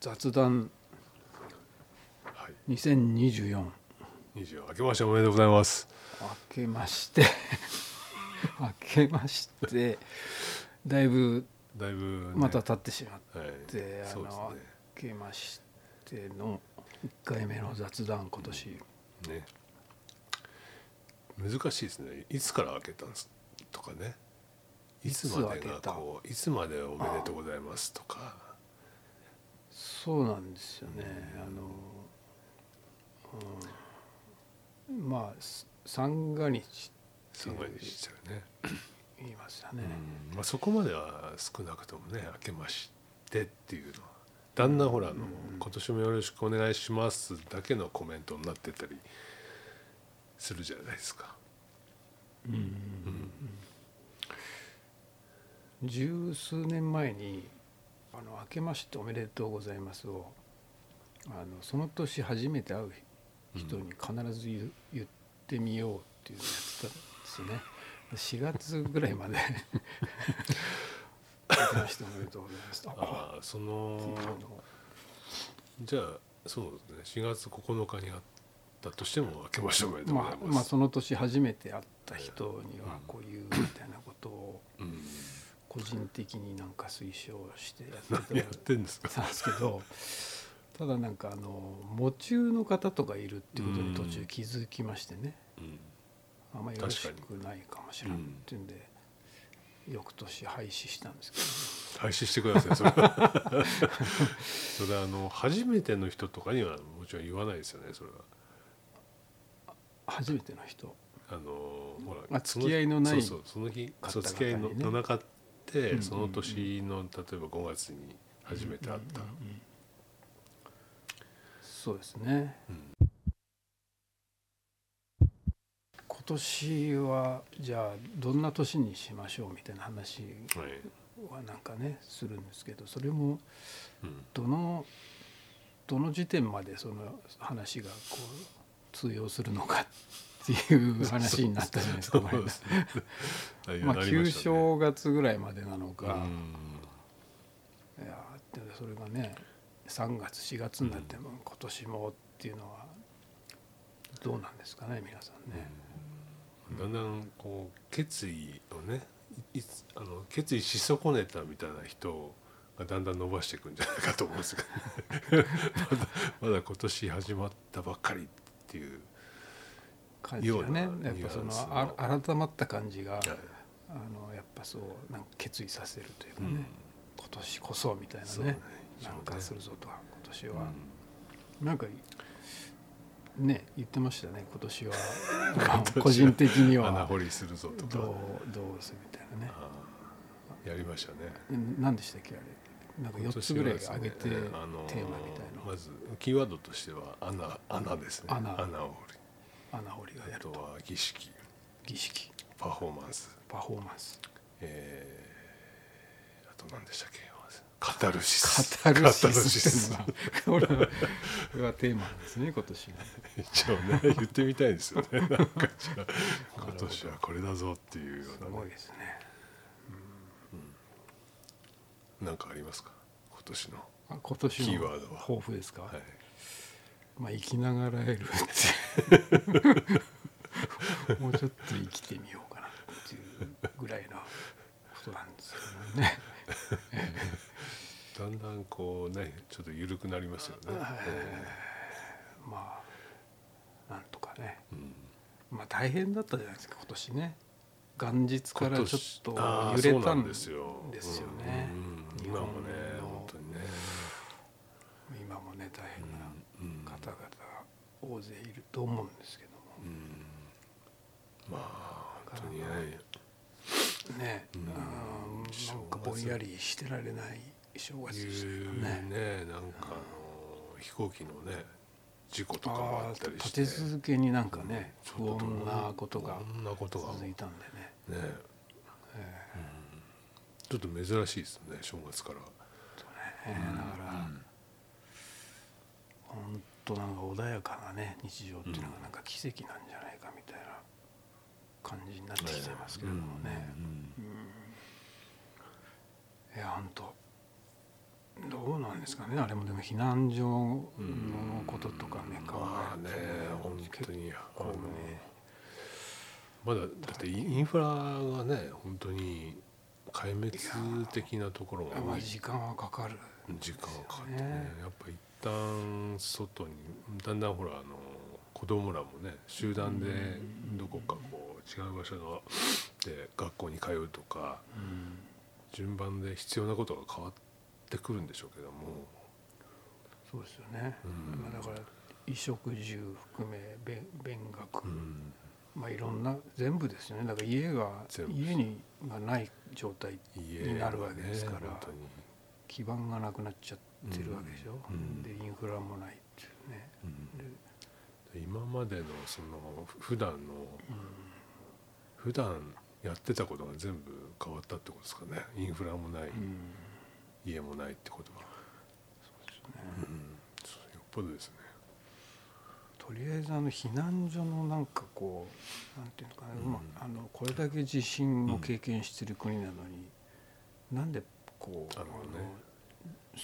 雑談はい2024明20明けましておめでとうございますけまして 明けましてだいぶだいぶね、また経ってしまっはいて、あそうの、明けましての1回目の雑談今年ですねね難しいですねいつから開けたんですとかねいつまでいつ開がけたこういつまでおめでとうございますとかそうなんですよねあの、うん、まあす三が日そっうていうにしちゃうね、言いましたね、うんまあ、そこまでは少なくともね明けましてっていうのはだんだんほらあの、今年もよろしくお願いします」だけのコメントになってたりするじゃないですか。十数年前に「あの明けましておめでとうございますを」あのその年初めて会う人に必ず言,、言ってみようっていうのをやってたんですね4月ぐらいまで「明けましておめでとうございます」あああそのあじゃあそうですね4月9日にあったとしても明けましておめでとうござまいあ、ままあす。その年初めて会った人にはこういうみたいなことをうん個人的になんか推奨してやってた何やってんですかたんですけどただなんかあの喪中の方とかいるっていうことに途中気づきましてね、うんあんまよろしくないかもしれないっていうんで、翌年廃止したんですけど、廃止してくださいそれ はそれはあの初めての人とかにはもちろん言わないですよねそれは。初めての人あのほらまあその付き合いのないそうそうその日方々にねそう付き合いののなかって、うんうんその年の例えば5月に初めて会った、うんうんうんそうですね、うん今年はじゃあどんな年にしましょうみたいな話はい、はなんかねするんですけどそれもうんどのどの時点までその話がこう通用するのかっていう話になったじゃないですかそう前田ですねあいやまなありま旧したね正月ぐらいまでなのか、ういんやーでそれがね3月4月になっても今年もっていうのはどうなんですかね皆さんね。だんだんこう決意をねいいつあの決意し損ねたみたいな人がだんだん伸ばしていくんじゃないかと思うんですけど、ね、 まだまだ今年始まったばっかりっていう、感じがねようなやっぱそのニュアンあス改まった感じがいあのやっぱそうなんか決意させるというかうね、ん今年こそみたいなそうねねなんかするぞとは今年は、うんなんかね言ってましたね今年 はあの個人的に穴は掘りするぞどとうかどうするみたいなねあーやりましたねん何でしたっけあれなんか4つぐらい上げてテ今ー年はマみですたねいまずキーワードとしては穴穴ですね穴を掘な穴掘りをりやあるとは儀式儀式パフォーマンスパフォーマンスえー、あと何でしたっけカタルシカスタルシススっていうのがこれはこれはテーマなんですね今年は。一応ね言ってみたいですよ ねなんかじゃあ今年はこれだぞっていうよすうなね、ごいですね。なんかありますか今年のあ今年のキーワードは抱負ですか。はいまあ生きながらえるってもうちょっと生きてみようかなっていうぐらいのことなんですけどね。だんだんこうねちょっと緩くなりますよね、まあなんとかね。うんまあ大変だったじゃないですか今年ね。元日か今ら年ちょっとあー揺れそたうんなですよよね。うん日今本もねの本当にね、今もね大変なうん方々大勢いると思うんですけども。うんまあ本当にねね、うんうん、なんか正月ぼんやりしてられない正月でしたよね。ねなんかあの飛行機のね事故とかもあああったり立して続けになんかねち不ょっと穏なことがこんなことが続いねたんでね、えちょっと珍しいですね正月からえだから、本当なんか穏やかなね日常っていうのがなんか奇跡なんじゃないかみたいな感じになってきてますけれどもね、うんいや本当どうなんなんですかねあれもでも避難所のこととかね考まあえねると本当にあの結構ねまだだってインインフラがね本当に壊滅的なところがまあ多い時間はかかる時間がかかってですよねねやっぱ一旦外にだんだんほらあの子供らもね集団でどこかこう違う場所ので学校に通うとかうん順番で必要なことが変わってくるんでしょうけども、そうですよね、うんまあ、だから衣食住含めべ勉学、うんまあいろんな全部ですよねだから家が全部家にがない状態家になるわけですからね本当に基盤がなくなっちゃってるわけでしょ、うんでインフラもないっていうねうんで、今までのそのふ普段の普段やってたことが全部変わったってことですかねインフラもない、うん家もないってことは、ねうん、そうよっぽどですねとりあえずあの避難所のなんかこうなんていうのかな、うんまああのこれだけ地震を経験してる国なのに、なんでこうなるほどねあの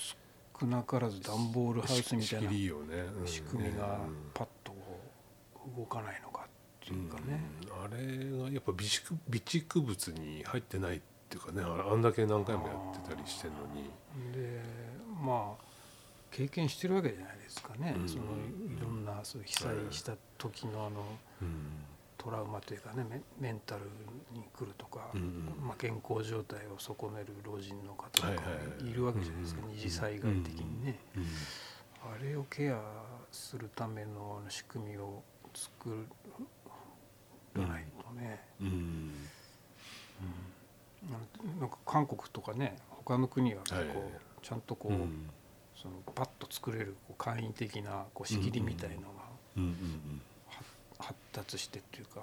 少なからず段ボールハウスみたい仕な切りをね、うん仕組みがうんパッとこう動かないのかっていうかね、うんあれがやっぱ備蓄備蓄物に入ってないっていうかねあれあんだけ何回もやってたりしてるのにでまあ経験してるわけじゃないですかね、うんそのいろんなそういう被災した時のあのうんトラウマというかねメメンタルに来るとか、うんうんまあ、健康状態を損ねる老人の方とかはいはいはいいるわけじゃないですか、うんうん二次災害的にね、うんあれをケアするためのあの仕組みを作らないとね、うんあのなんか韓国とかね他の国はこう、はいはいはいちゃんとこう、うんそのパッと作れるこう簡易的なこう仕切りみたいのがうんうん発達してっていうか、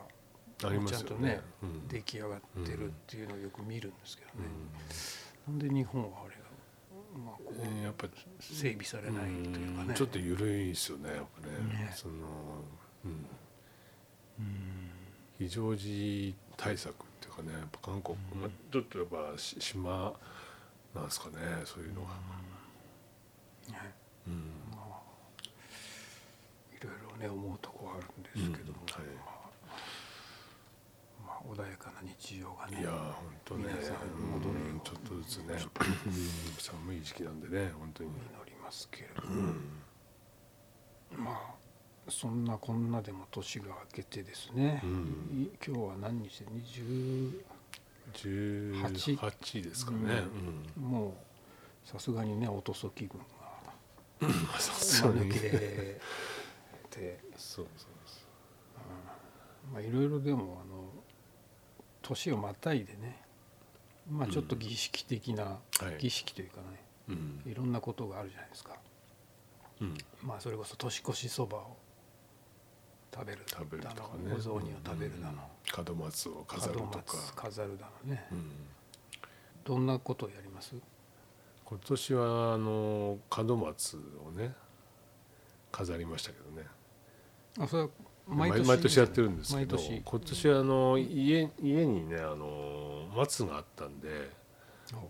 うんありますちゃよんとねね、うん出来上がってるっていうのをよく見るんですけどうね、んなんで日本はあれが、まあ、こえーやっうぱ整備されないというかうねんちょっと緩いですよねやっぱねねその、うん、うん非常時対策っていうかねやっぱ韓国、うんまあちょっとやっぱし島なんですかねそういうのが、ねうんまあいろいろね思うとこはあるんですけども、うんはいまあまあ、穏やかな日常がねいやー本当ね皆さんうん戻れるようにちょっとずつね、うん寒い時期なんでね本当に、祈りますけれども、まあそんなこんなでも年が明けてですね、うんい今日は何日で20 18ですかね、うんうんもうさすがにねおとそ気分がまあさすが間に抜けて、そうそうまあ、いろいろでもあの年をまたいでねまあちょっと儀式的な、そうはい儀式というかねうんいろんなことがあるじゃないですか、うんまあ、それこそ年越しそばを食べる食べるとかだのねお雑煮を食べるだの、うん門松を飾ると門か松飾るだのね、うんどんなことをやります今年はあの門松をね飾りましたけどねあそれは毎毎年年やってるんですけど毎年今年はあの家家にねあの松があったんで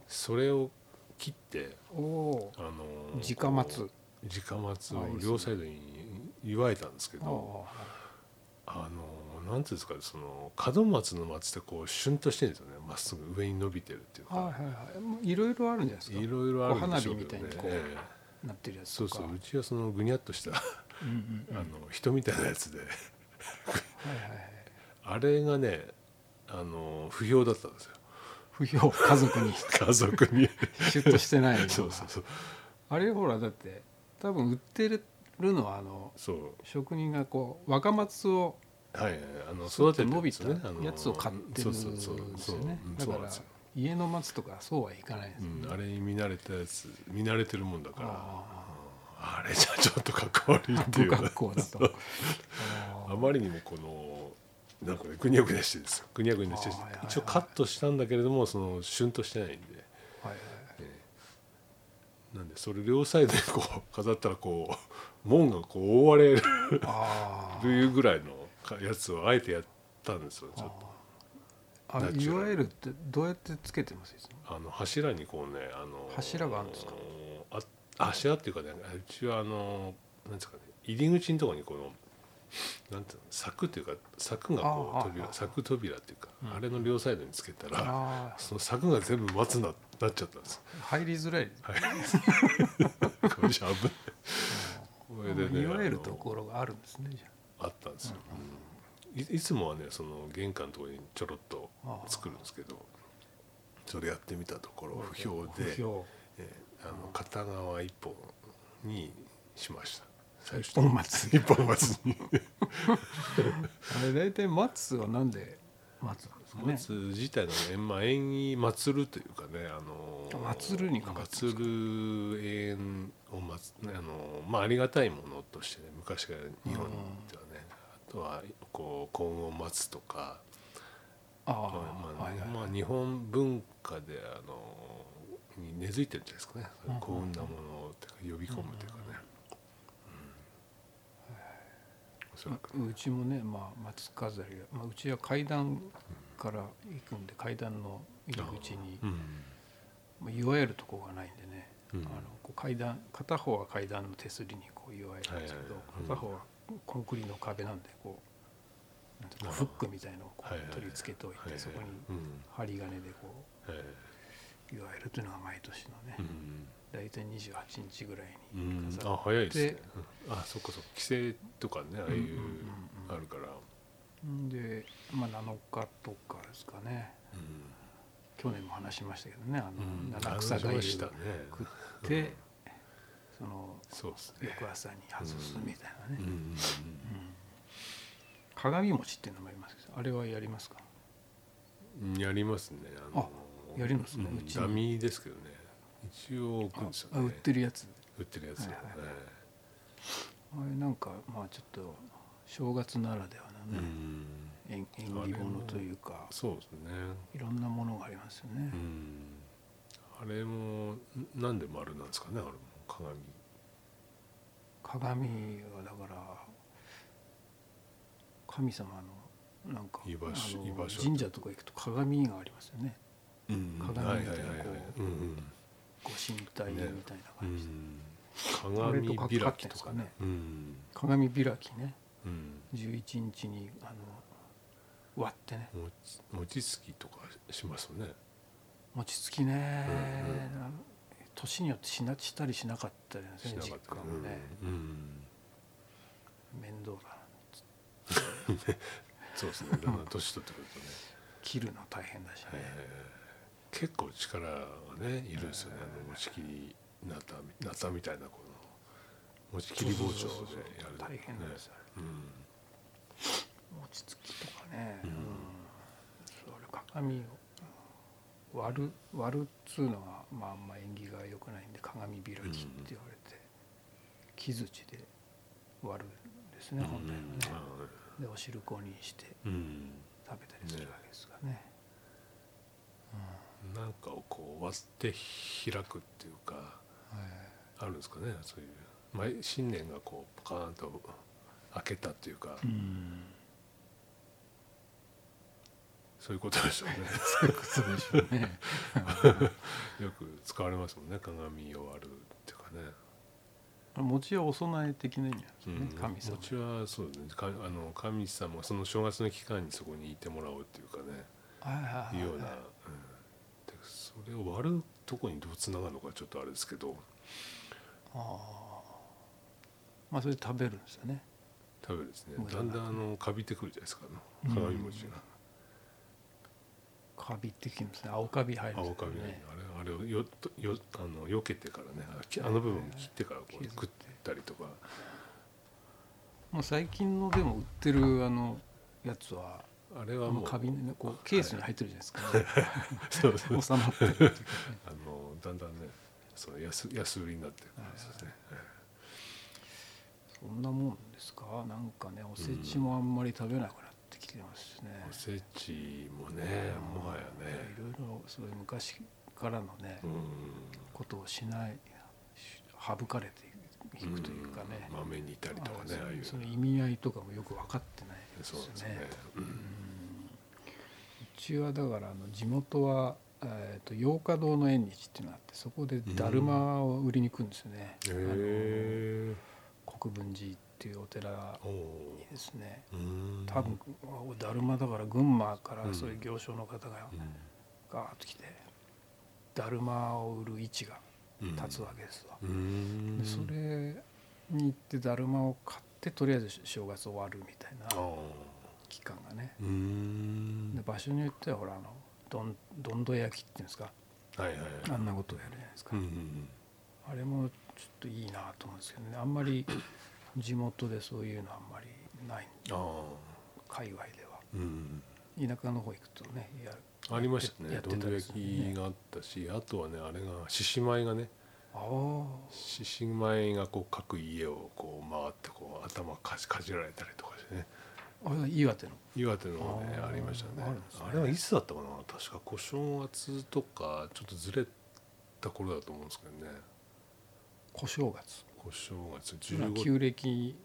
それを切っておおあのー直松こう直あ松いいをですね両サイドに祝えたんですけあどああのなんていうんですかその門松の松ってこうシュンとしてるんですよねまっすぐ上に伸びてるっていうはいはかいはいもういろいろあるんじゃないですかいろいろあるんでしょうこう花火みけたいどにねこうええなってるやつそとうかそううちはそのぐにゃっとしたうんうんあうんの人みたいなやつで はいはいはいあれがねあの不評だったんです よ不評家族に家族に シュッとしてないのがそうそうそうあれほらだって多分売ってるのはあのそう職人がこう若松をはいはいあのちょ育っと伸ててるんでびすたよねあのやつを買ってるんですよねそうそうそうそううんだそかうなんらですよ家の松とかそうはいかないですうよんね、あれに見慣れたやつ見慣れてるもんだからああれじゃちょっとかっこ悪いって不いうか格好だとああーまりにもこのなんかねぐにゃぐにゃしてるんですよぐにゃぐにゃしてあーはいはいはい一応カットしたんだけれどもそのシュンとしてないんで、はいはいええなんでそれ両サイドにこう飾ったらこう門がこう覆われるあーぐらいのかやつをあえてやったんですよちょっとあナチいュラルわゆるってどうやってつけてますいつもあの柱にこうねあの柱があるんですかあ柱っていうかねうちはあのなんですかね入り口のところにこのなんていうの柵っていうか柵がこあうー扉あー柵扉っていうか、うんあれの両サイドにつけたらあその柵が全部松ななっちゃったんです。あ入りづらいはい。これじゃ危ない。これでねいわゆるとあのころがあるんですねじゃあったんですよ、いいつもはねその玄関のところにちょろっと作るんですけどそれやってみたところ不評あで不評えーあの片側一本にしました最 一初本松一本松にあれ大体松はなんで松なんですかね松自体のね、まあ、縁起祭るというかね、あの祭るにかかってる祭る永遠を祭ねあのまあありがたいものとしてね昔から日本ではね、あとはこう幸運を待つとかあまああ、はいはいまあ日本文化であのに根付いてるんじゃないですかねうんうん幸運なものをてか呼び込むというかね、うん、おそらくうちもね、まあ、松飾りが、まあ、うちは階段から行くんで階段の入り口にうんまあ、いわゆるとこがないんでね、うんあのこう階段片方は階段の手すりにこういわゆるんですけど、はいはいは片い方はコンクリの壁なんでこうなんていうのあーフックみたいのをこはいはいう取り付けておいて、はいはいそこにうん針金でこえういわゆるというのが毎年のね、えうん大体28日ぐらいうにん、飾あっ早いですねで。うんあそっかそっか規制とかねあうんうあいう、んうんうんあるから、んで、まあ、7日とかですかね去年も話しましたけどねあうん、の七草がゆ話し食たっね。て、うんそのそうですね。翌朝に外すみたいなね、うんうんうん鏡餅っていうのもありますけどあれはやりますかうんやりますね。あやりますねうんうちにダミーですけどね。一応置くんですよあね。売ってるやつ売ってるやつ。はいはいえあれなんかまあちょっと正月ならではえのね、うん縁縁起物というかそうですね。いろんなものがありますよねう、ん、あれもんなんで丸なんですかね。あれも鏡。鏡はだから神様のなんか居場所あの居場所神社とか行くと鏡がありますよねうん鏡みたいなはいはいはいはいこううんうんご神体みたいなう感じで、んあれ鏡とか開かってきんでとすかかねね。うん鏡開きねうん11日にあの割ってね餅餅つきとかしますよね。餅つきね、うんうんあの年によってしなしたりしなかったりなんですしねな実かった家もね、うんうん面倒だなそうですね。だんだん年取ってくるとね。切るの大変だしね、はいはいはい結構力がねいるんですよね。あの持ち切りなたなたみたいなこの持ち切り包丁そうそうそうでそうやる。大変なんですよねうん餅つきとかね、ううんんそれ鏡をうん割る割るっつうのは、まあ、あんま縁起が良くないんで鏡開きって言われて、木槌で割るんですね、本来はね、でお汁粉にしてうんうん。食べたりするわけですがねなんかをこう割って開くっていうか。あるんですかねそういう毎新年がこうポカーンと開けたっていうか、うんうんそういうことでしょうそういうことでしょうねね よく使われますもんね鏡を割るっていうかね餅はお供え的な意味なんですよね、うん神様うちはそうですねかあの神様がその正月の期間にそこにいてもらおうっていうかねはいいうような、うん、でそれを割るとこにどうつながるのかちょっとあれですけどああまあそれで食べるんですよね食べるですね無駄だなくんだんあのかびてくるじゃないですか、あうんの鏡餅が。カビってきますね青カビ入るんです青よカビねあれあれをよとよあの避けてからねあきあの部分を切ってからこ切っうて食ったりとかもう最近のでも売ってるあのやつはあれはももううカビねこうケースに入ってるじゃないですか、 そうそう収まってるっていうかねあのだんだんねその安安売りになってる感じですね、そんなもんですかなんかねおせちもあんまり食べなくなってきてますしね、おせちもねもはやねいろいろそういう昔からのね、うんことをしないし省かれていくというかね、うんまめにいたりとかねあああいうその意味合いとかもよく分かってないですそうよですねね、うんうちはだからあの地元はえー、と八日堂の縁日っていうのがあってそこでだるまを売りに行くんですよね、へあのえ国分寺っていうお寺おにおですねうーん多分だるまだから群馬からうんそういう行商の方がうガーッと来てだるまを売る位置がん立つわけですわ、うーんでそれに行ってだるまを買ってとりあえず正月終わるみたいああな期間がねうーんで場所によってはほらあのどんどんど焼きっていうんですかはいはいあんなことをやるじゃないですか、うんうんあれもちょっといいなと思うんですけどねあんまり地元でそういうのあんまりないうんあ界隈ではあうん田舎の方行くとねやるありましたねやっどてんたどり焼すきるねがあったしあとはねあれが獅子舞がねああ獅子舞がこう各家をこう回ってこう頭かじかじられたりとかしてねあれは岩手の岩手の方ねあーありましたねあるんですねあれはいつだったかな確か小正月とかちょっとずれた頃だと思うんですけどね小正月小正月今15旧暦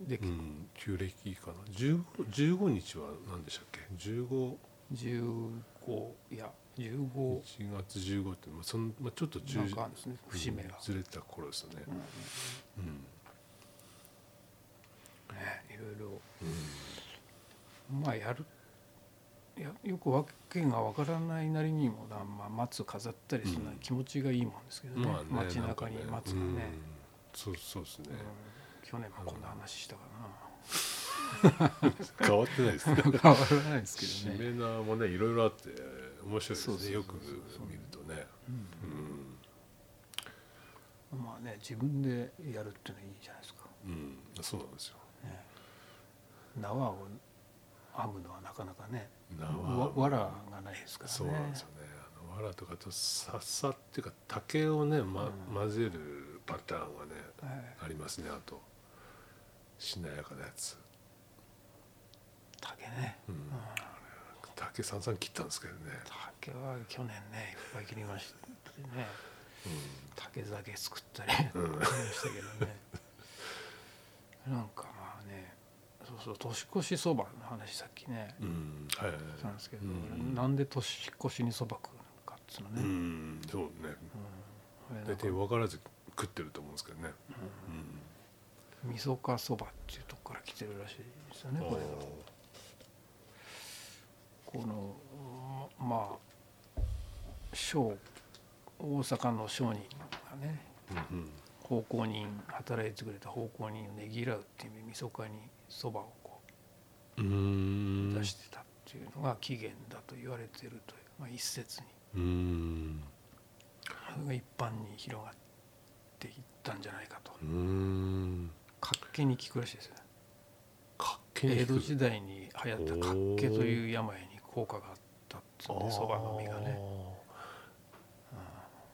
でうん旧暦かな 15, 15日は何でしたっけ15 15いや15 1月15って、まあ、そのまあちょっとな10んかあるんですね節目がうん、ずれた頃ですよね、うんねうんいろいろまあやるいやよくわけがわからないなりにもな、まあ、松飾ったりするのはうん気持ちがいいもんですけどね,、まあね街中になんか松がねうんそうそうですね、うん去年もこんな話したか変わってな いですねな変わらないですけ しどね、め縄もねいろいろあって面白いですそうそうそうそうねよく見るとねうんまあね自分でやるっていうのはいいじゃないですか、うん、うん、そうなんですよね、縄を編むのはなかなかねわ縄わらがないですからねそうなんですよねあの藁とかとささっていうか竹をね、まうん混ぜるパターンがねはいありますねあとしなやかなやつ、竹ね、うんうん、竹さんさん切ったんですけどね、竹は去年ねいっぱい切りましたね竹酒作ったりうんうん、ありましたけどねなんかまあねそうそう年越しそばの話さっきねうん、はいはいはいしたんですけど、うんなんで年越しにそば食うのかっつうのね、ううんんそうねあれなんか大体分からず食ってると思うんですけどね、味噌かそばっていうとこから来てるらしいですようんねあこれはこのままあ商大阪の商人がねーうんうん奉公人働いてくれた奉公人をねぎらうっていう意味味噌かにそばをこうーんう出してたっていうのが起源だと言われてるという、まあ、一説にうーんそれが一般に広がっていったんじゃないかとうーんかっけに効くらしいですよねかっけえ江戸時代に流行ったかっけという病に効果があったっつってそばの実がね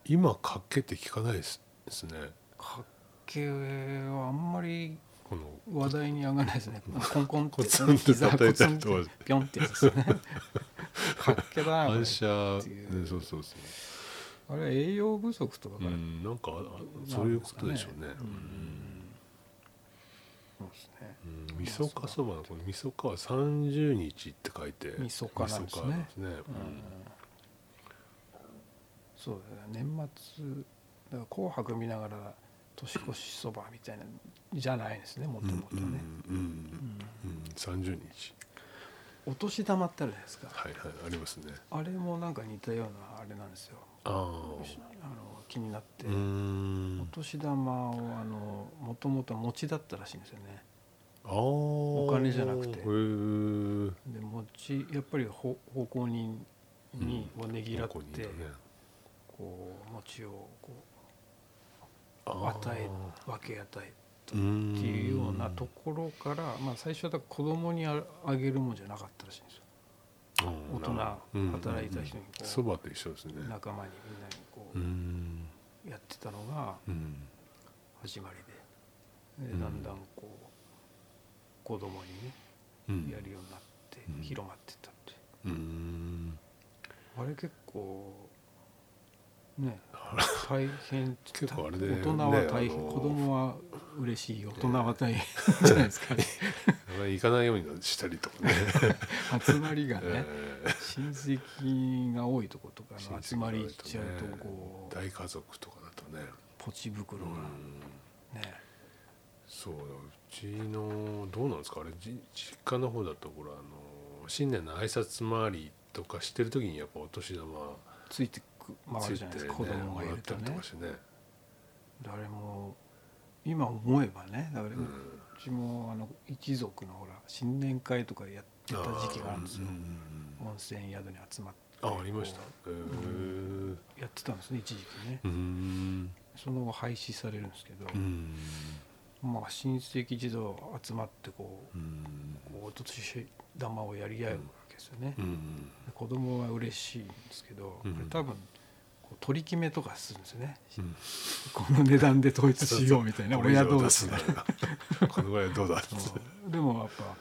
今かっけって聞かないですですねかっけはあんまりこの話題に上がらないですねコンコンってコツンって叩いたりとコツかンってピョンってやつですねかっけだなこれ反射っていうねそうそうそうあれは栄養不足とかうからんなんかあそういうことでしょうねなんですかねそうですねうん味噌かそばのこの味噌かは30日って書いて味噌かなんですね味噌かなんですねうんそうだね年末だから紅白見ながら年越しそばみたいなじゃないですねもともとうんね、うんうんうんうん30日お年玉ってあるじゃないですかはいはいありますねあれもなんか似たようなあれなんですよあああの気になって、うーおん年玉をあのもともと餅だったらしいんですよねあお金じゃなくてへーで餅やっぱりほ奉公人にをねぎらって、ここにいたねこう餅をこあうー与え分け与えうーんっていうようなところから、まあ、最初はだから子供にああげるもんじゃなかったらしいんですようん大人なうん働いた人にこうそばと一緒ですね仲間にみんなにこうーんうやってたのがうん始まりでうでんだんだんこう子供にねうんやるようになってうん広まってったっていううーんあれ結構ね大変 結構あれだよね大人は大変あの子供は嬉しい大人は大変じゃないです かねなかなか行かないようにしたりとかね集まりが ね え親戚が多いとことかーの集まり行っちゃうとこう大家族とかだとねポチ袋がうんねそうだうちのどうなんですかあれじ実家の方だとほらあの新年の挨拶回りとかしてる時にやっぱお年玉ついてく回つるいじてゃなねいですか子供もがいらっるたとりとねかしてね、誰も今思えばね誰うもうちもあの一族のほら新年会とかやってた時期があるんですよううんうん温泉宿に集まってあありましたこへーうやってたんですね一時期ねうんその後廃止されるんですけどうんまあ親戚一同集まってこううこうお年玉をやり合うわけですよねんで子供は嬉しいんですけどこうんれ多分こう取り決めとかするんですよねうんこの値段で統一しようみたい な俺がどう出だすんだよこのぐらいはどうだっつってそうでもやっぱ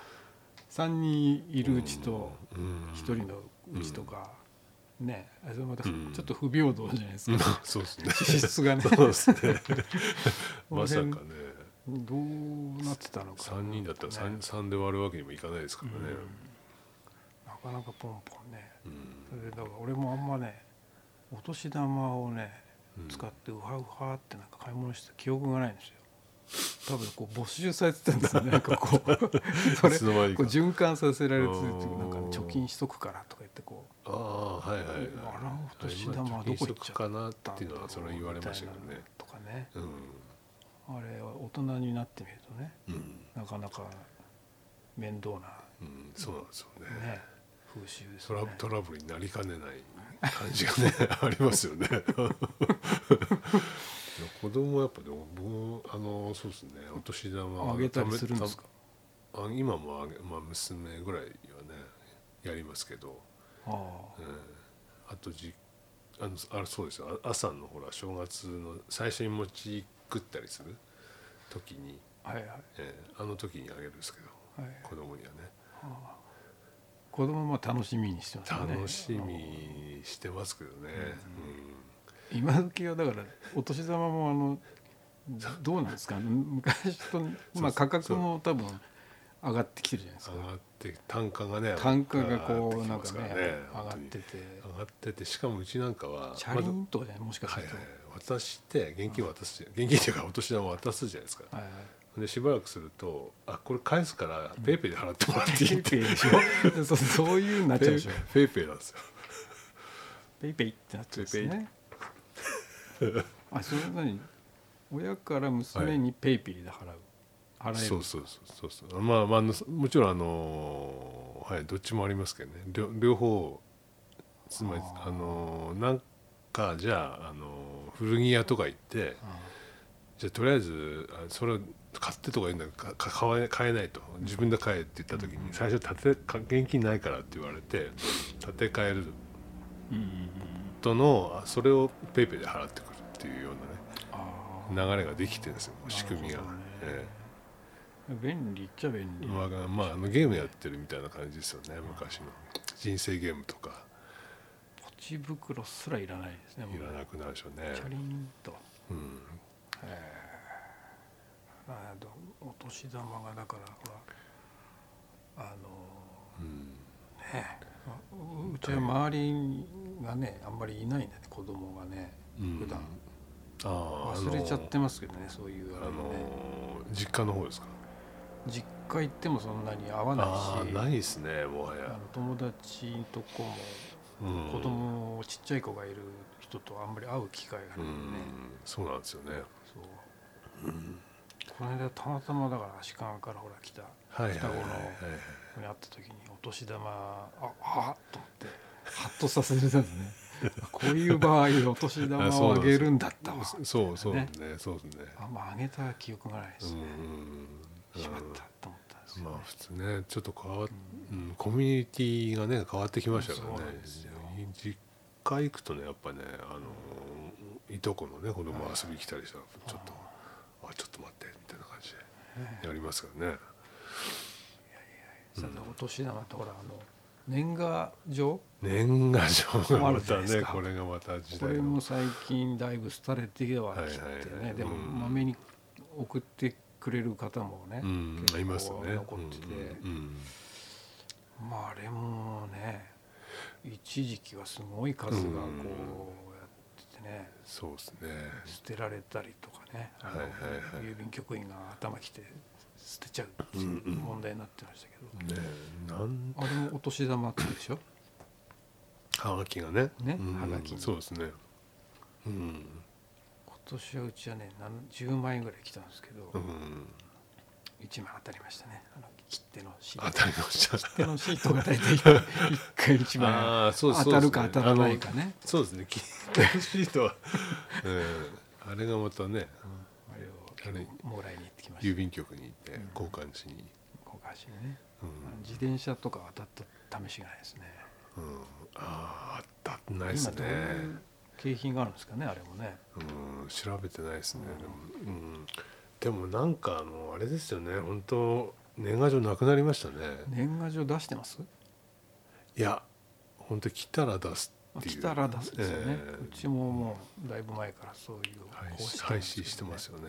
3人いるうちとうん1人のうちとか、ねあれまたちょうんっと不平等じゃないですう ん か、そうですね資質がねそうです ねこのまさか辺ねどうなってたのか3人だったら 3, ね3で割るわけにもいかないですからね、うんなかなかポンポンねうんそれでだから俺もあんまねお年玉をねうん使ってウハウハってなんか買い物した記憶がないんですよ多分こう没収されてたんです よねなんかこうそいれつの間にこかう循環させられてるっていうあーなんかね、貯金しとくからとか言ってこうああはいはいはいあらお年玉はどこ行っちゃったんだろうかなっていうのはそれは言われましたけどみたいねなとかねうんあれは大人になってみるとねうん、なかなか面倒うん、そうなんですよねなね風習ですトねラトラブルになりかねない感じが ねありますよねいや子供はやっぱでも僕あのそうですねお年玉あげたりするんですかあ今もあげ、まあ、娘ぐらいはねやりますけど、あうん、あとじあのあそうですよあ朝のほら正月の最初に餅食ったりする時に、あはいはいえーあの時にあげるんですけどはい子供にはね子供も楽しみにしてますよね楽しみしてますけどね、今時はだからお年玉もあのどうなんですか昔 とまあ価格も多分上がってきてるじゃないですうん上かがって単価がね単価がこう上ながんってかきねますら上がっ本当てにて上がっててしかもうちなんかはチャリンとかじゃないもしかまずすはいるはとい、渡して現金渡すじゃ現金っていうかお年玉渡すじゃないですか、はいはいでしばらくすると「あこれ返すからペイペイで払ってもらっていい」ってペイペイでしょ そうそういうなっちゃうペでイしょペイペイなんですよペイペイってなっちゃうんですね あそれ何親から娘にペイペイで払う、払えそうるそうそうそうそうまあまああのもちろんあのはいどっちもありますけどね両両方つまりああーのなんかじゃああの古着屋とか行ってあじゃあとりあえずあそれを買ってとか言うんだけどかか買え買えないと自分で買えって言った時に最初立てか現金ないからって言われて立て替えるうんうんうんとのあそれをペイペイで払ってくるっていうようなねあー流れができてるんですよ仕組みがなるほどね。え便利っちゃ便え利、まあまああのゲームやってるみたいな感じですよね昔の人生ゲームとかポチ袋すらいらないですねいもうらなくなるでしょうねチャリンとうんあとお年玉がだからほらあのうんねあううちは周りがねあんまりいないんだね子供がねうん普段ああ忘れちゃってますけどねそういうああのれもね実家の方ですか実家行ってもそんなに会わあなあいしないですねもはあのや友達んとこもうん子供ちっちゃい子がいる人とあんまり会う機会がないうんでね、そうなんですよねそう、この間たまたまだから足利からほら来たはいはいは双子いのはい子に会った時にお年玉ああっと思ってハッとさせる たんですねこういう場合お年玉あそうをあなんですげよるんだったわそうそうねねそうですねあんまあげた記憶がないですうんね、うんしまったと思ったんですよ、ねまあ普通ねちょっと変わっ、うん、コミュニティがね変わってきましたからねそうなんですよ実家行くとねやっぱねあのいとこのね子供遊びに来たりしたらちょっと「あちょっと待って」みたいな感じでやりますからねさてお年玉ってほらあの年賀状年賀状もがあまるじゃたないですねかこれがまた時こ代れもの最近だいぶ廃れてはきてね、はいはいはいでもうんまめに送ってくれる方もね、うん結構いますね残ってて、うんうんまああれもね一時期はすごい数がこうやっててね、そうですね捨てられたりとかねあの、はいはいはい郵便局員が頭きて捨てちゃうっていう問題になってましたけど、ねなんあれもお年玉ってでしょはがきがねねうんはがきそうですねうん今年はうちはねなん10万円ぐらい来たんですけど、うん1枚当たりましたねあの切手のシー当トたりました切手のシートが大体1回1万ああそう円です当たるか当たらないそうでかすねねあのそうですね切手シートは、うん、あれがまたねあれをあれもらいに行ってきまし郵た便局に行って交換しに、小川市にねうん自転車とか当たった試しがないですねうん、ああ当たってないです今どねういう景品があるんですかねあれもねうん調べてないですね、でもうん、でもなんかあのあれですよね本当年賀状なくなりましたね年賀状出してますいや本当来たら出すっていう来たら出すんですよね、ええうちももうだいぶ前からそういう廃公止式廃止してますよね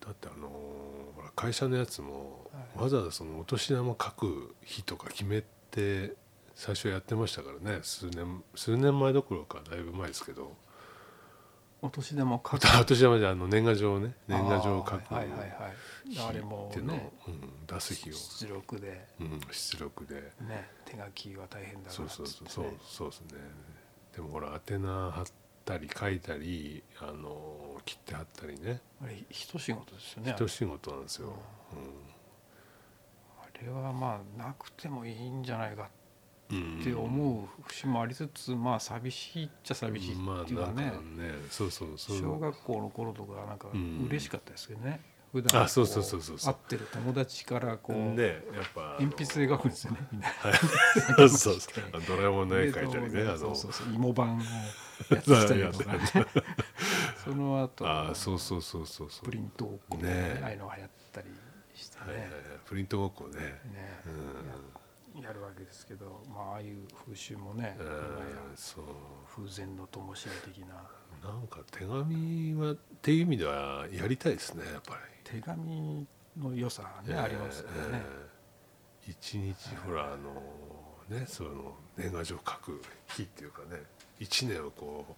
だってあのーほら会社のやつも、はいわざわざそのお年玉書く日とか決めて最初やってましたからね数年数年前どころかだいぶ前ですけどうんお年玉を書おく年玉じゃあの年賀状をね年賀状を書くあーはいはいはい日あってれいうのもを、ねうん、出す日を、出力でうん、出力で。ね手書きは大変だかそらうっつそっうてねそうそうそうですねでもほら宛名貼ったり書いたりあの切手貼ったりねあれ一仕事ですよね一仕事なんですよ、あれはまあなくてもいいんじゃないかうんって思う節もありつつまあ寂しいっちゃ寂しいまあっなんていうのはかねねそうそうそう小学校の頃とかなんかうん嬉しかったですけどね普あ段そうそうそうそうこ会ってる友達からこうねやっぱあの鉛筆で描くんですよねみんなそうそうそうあのドラえもんの絵描いたりねあそのうそうそう芋版をや ってきたりとかね その後あそうそうそうそうそうプリントごっこみたいなねねああいうのが流行ったりしてねはいはいはいプリントごっこねねうんややるわけですけどまあああいう風習もねうん今やそう風前の灯火的ななんか手紙はっていう意味ではやりたいですねやっぱり手紙の良さはねありますからねえー一日ほらあのねその年賀状書く日っていうかね一年をこ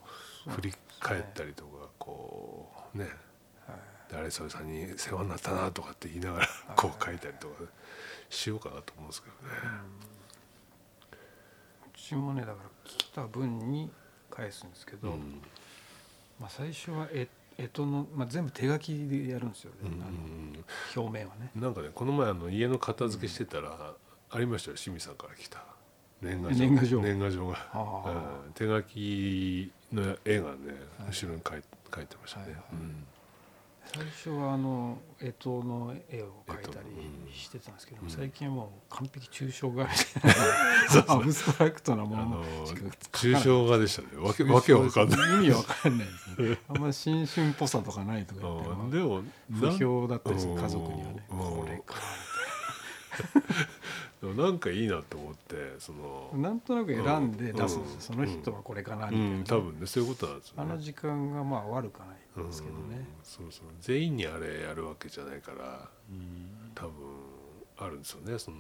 う振り返ったりとかこうねはい誰それさんに世話になったなとかって言いながらこう書いたりとかしようかなと思うんですけどね。うちもねだから来た分に返すんですけど、うんまあ、最初はえ干支の、まあ、全部手書きでやるんですよね、うんあの表面はねなんかねこの前あの家の片付けしてたらありましたよ清水さんから来た年賀状年賀状年賀状が、ああうん手書きの絵がね後ろに書い書いてましたね。はいはいうん最初はあの干支の絵を描いたり干支うんしてたんですけど、うん最近はもう完璧抽象画み たいなアブストラクトなもあののしか抽描象画でしたね。わかけないわけわかんない。意味わかんないですねあんま新春っぽさとかないとか言ってうんもでも不なん評だったりする家族にはねうんこれかでもなんかいいなと思ってその、なんとなく選んで出すんですよ、うんその人はこれかなみたいうなね、ん、多分ねそういうことなんですあよのね。時間がまあ悪くはないんですけどうんね、そうそう全員にあれやるわけじゃないから多分あるんですよねその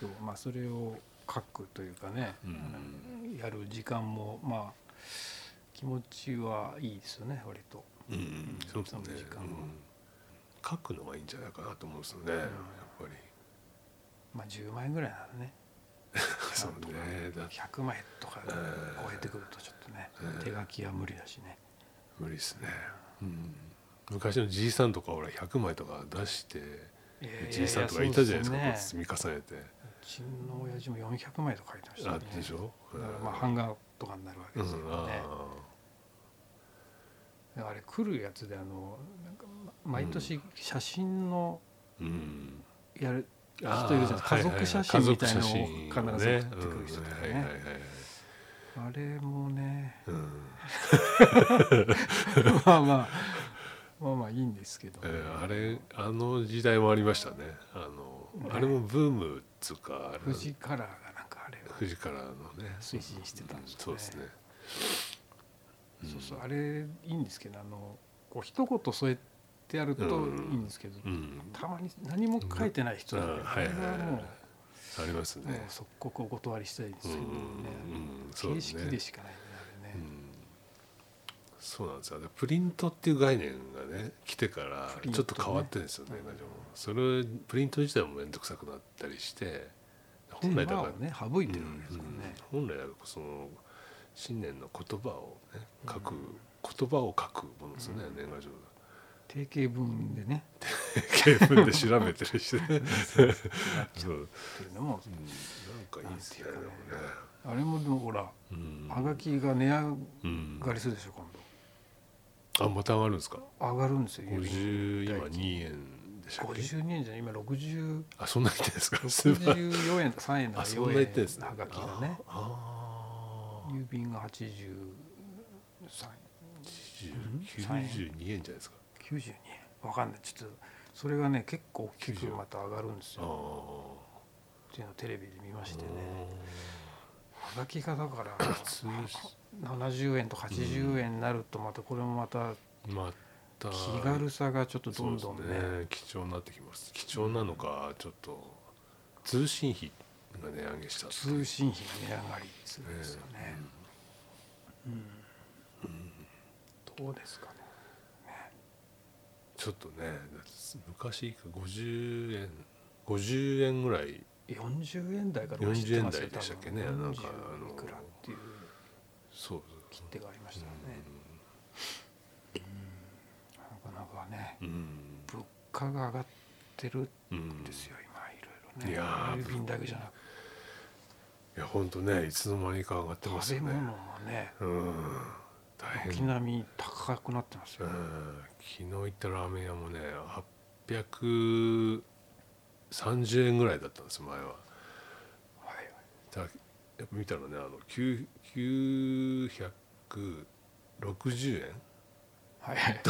そうまあそれを書くというかね、うんあのやる時間もまあ気持ちはいいですよね割とうんそうですねその時間はうん書くのがいいんじゃないかなと思うんですよねやっぱりまあ10枚ぐらいならねそうねだ100枚とかえ超ーえてくるとちょっとね、えー手書きは無理だしね無理ですね、うん、昔のじいさんとかほら100枚とか出していやいやいやじいさんとかいたじゃないですかそうで積み重ねてうちの親父も400枚とか書いてましたあねでしょだからまあ版画とかになるわけうでんすけどね、あであれ来るやつであのなんかま毎年写真のーうんやる人いあーるじゃないですか、家はは族写真みたいなの家を族必ず写真を送ってくる人とかねうんはいはいはいあれも ねうんまあまあまあまあいいんですけど、えーあれあの時代もありましたねあの、ねあれもブームっつうかあれ富士カラーがなんかあれを富士からのね推進してたんですよねそうですねそうそうあれいいんですけどあのこう一言添えてあるといいんですけど、うんたまに何も書いてない人なんで、うんあれはもう,、はいありますもうね即刻お断りしたいですうんけうどんね、うんそう形です式ねでしかないねあれうね、んそうなんですよプリントっていう概念がね来てからプリンちょトっねと変わってるんですよねうん今でもそれプリント自体も面倒くさくなったりして本来だから手間をね省いてるうわけですからね、んうん本来だとその新年の言葉をね書く、言葉を書くものですよね、年賀状が定型文でね経文で調べてる しねそう、っていうのもうん、なんかいいですねなんていうかねでもねあれもでもほらうんはがきが値上うんがりするでしょ今あまた上がるんですか度上がるんですよ郵便50今2円でしたっけ52円じゃない今60あそんな言ってんですか64円と3円だあかそんな4言ってんです円のはがきがねああ郵便が83 90 92円じゃないですか円92円わかんないちょっとそれがね結構大きくまた上がるんですああよっていうのをテレビで見ましてねはがきがだから通70円と80円になるとまたこれもまたまた気軽さがちょっとどんどんそうねですね貴重になってきます貴重なのかちょっと通信費が値上げしたっていう通信費が値上がりするんですよね。うんどうですかね。ちょっとねだって昔50円50円ぐらい40円台から走ってますよ40円台でしたっけね多分なんかあの40いくらっていうそう切手がありましたよね。なかなかねうん、物価が上がってるうんんですよ今いろいいろやーね。郵便だけじゃなくいや本当ねいつの間にか上がってまてす食べよ物ねもねうん大変軒並み高くなってますうよ。ん昨日行ったラーメン屋もね830円ぐらいだったんですよ前ははいはいだやっぱ見たらねあの9 960円はい はい。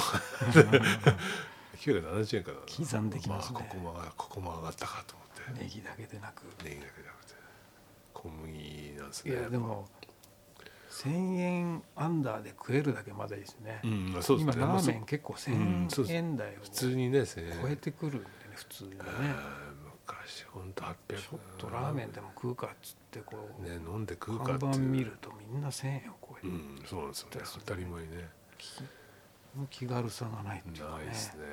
970円かな刻んできますねあここも上がここも上がったかと思ってネギだけでなく。ネギだけじゃなくて小麦なんですいねやでも1000円アンダーで食えるだけまだいいですね、うんまあそうです今ねまラあーそメン結構うんそ1000うです円台を普超通にね1000円えてくるんでね普通にねうん昔ほんと800ち円ょっとラーメンでも食うかっつってこう、ね飲んで食うか看って板いう見るとみんな1000円を超えうる、んそうなんですよねですよね当たり前ね気軽さがないっていうかないねですね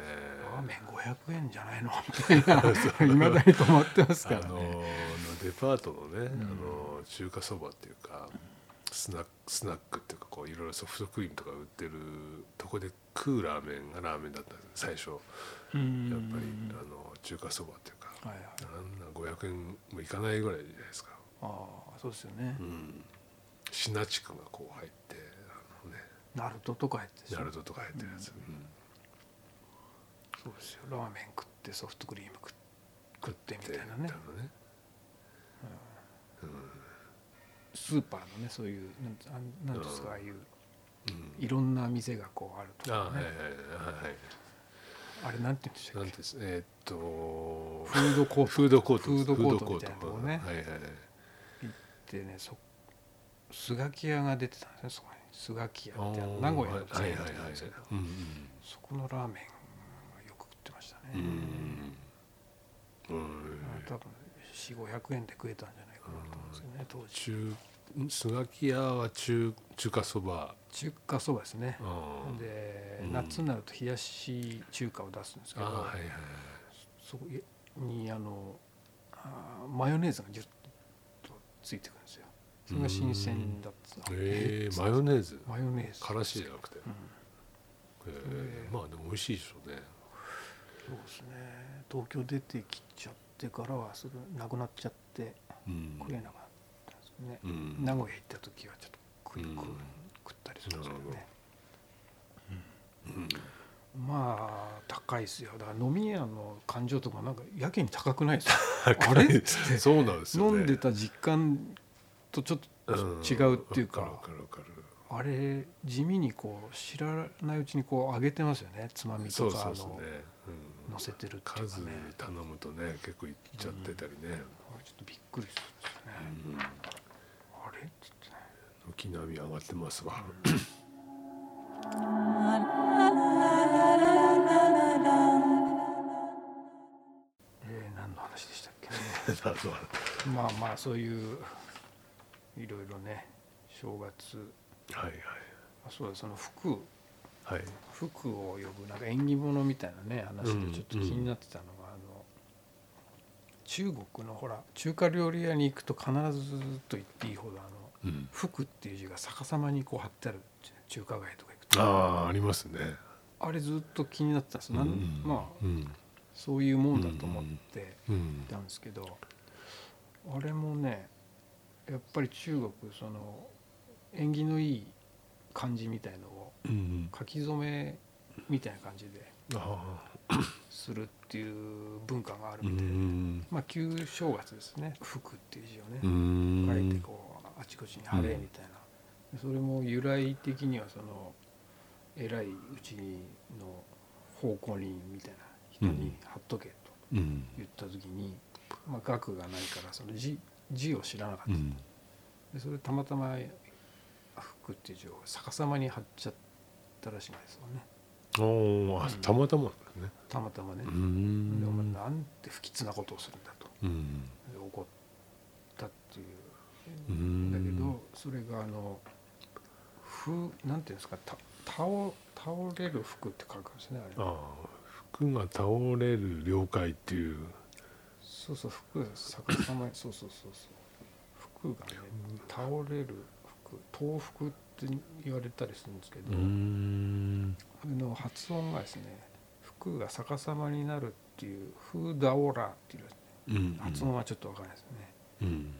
ラーメン500円じゃないのみたいないまだに止まってますあからね、のデパートのね、あの中華そばっていうかスナックスナックっていうかこういろいろソフトクリームとか売ってるとこで食うラーメンがラーメンだったんです最初やっうんぱりあの中華そばっていうかはいはいあんな500円もいかないぐらいじゃないですか、ああそうですよねう、ん、シナチクがこう入ってあのねナルトとか入ってナルトとか入ってるやつ、うんそうですよラーメン食ってソフトクリーム食っ食ってみたいなみねたいなねスーパーのねそういうなんてあんなんていうんですうんかああいううんいろんな店がこうあるとあかはいはいねはいはいあれなんて言うんでしたなっんけてですえーっとフードコートフードコートフードコートみたいなフとーこドコートねはいはいはい行ってねそスガキ屋が出てたんですねそこにスガキ屋ってあのおー名古屋のはいはいはチェーンい店なんですけどうんそこのラーメンはよく食ってましたうねんうんうんあれ多分4500円で食えたんじゃないかなと思うんですよね当時中スガキ屋は中中華そば中華そばですねうんでうん夏になると冷やし中華を出すんですけあどはいはいはいそこにあのあーマヨネーズがギュッとついてくるんですよそれが新鮮だったえーマヨネーズマヨネーズからしじゃなくてうんえーまあでも美味しいでしょうねそうですね東京出てきちゃってからはそれなくなっちゃってうん食えなくなったんですよね、うん名古屋行った時はちょっと食い、うん食う食ったりするんですけどなるねまあ高いですよだから飲み屋の感情とかなんかやけに高くないですかあれっつってそうなんですよね飲んでた実感とちょっと違うっていうか、わかるわかるわかるあれ地味にこう知らないうちにこう上げてますよねつまみそとうかそあうそうのね、うん、乗せてるっていうか数ね頼むとね結構いっちゃってたりね、あれちょっとびっくりするんですよね、うんあれっつってね軒並み上がって ますわ。 la la la la la la なとはまあまあそういういろいろね正月はいあそうだその服はいはい服を呼ぶなんか縁起物みたいなね話でちょっと気になってたのが、あの中国のほら中華料理屋に行くと必ずと言っていいほどあのうん「服」っていう字が逆さまにこう貼ってある中華街とか行くとああありますねあれずっと気になってたんですなん、うんまあうんそういうもんだと思ってうんたんですけど、あれもねやっぱり中国その縁起のいい漢字みたいのをうん書き初めみたいな感じでああするっていう文化があるうみたいで、んまあ旧正月ですね「服」っていう字をね、うん書いてこうあちこちに「晴れ」みたいな、それも由来的にはその偉いうちの奉公人みたいな人に貼っとけとうん言った時に、まあ、額がないからその字字を知らなかっうた、んでそれたまたま「服」っていう字を逆さまに貼っちゃったらしいんですよねおおあたまたまだねたまたまね。うでお前んなんて不吉なことをするんだとうんで怒ったっていううんだけどそれがあの「ふ」なんていうんですか「た倒倒れる服」って書くんですねあれああ服が倒れる了解っていうそうそう服逆さまにそうそうそうそう服がね倒れる服豆腐って言われたりするんですけど、んあの発音がですね服が逆さまになるっていう「ふだおら」っていううん発音はちょっとわからないですね、うん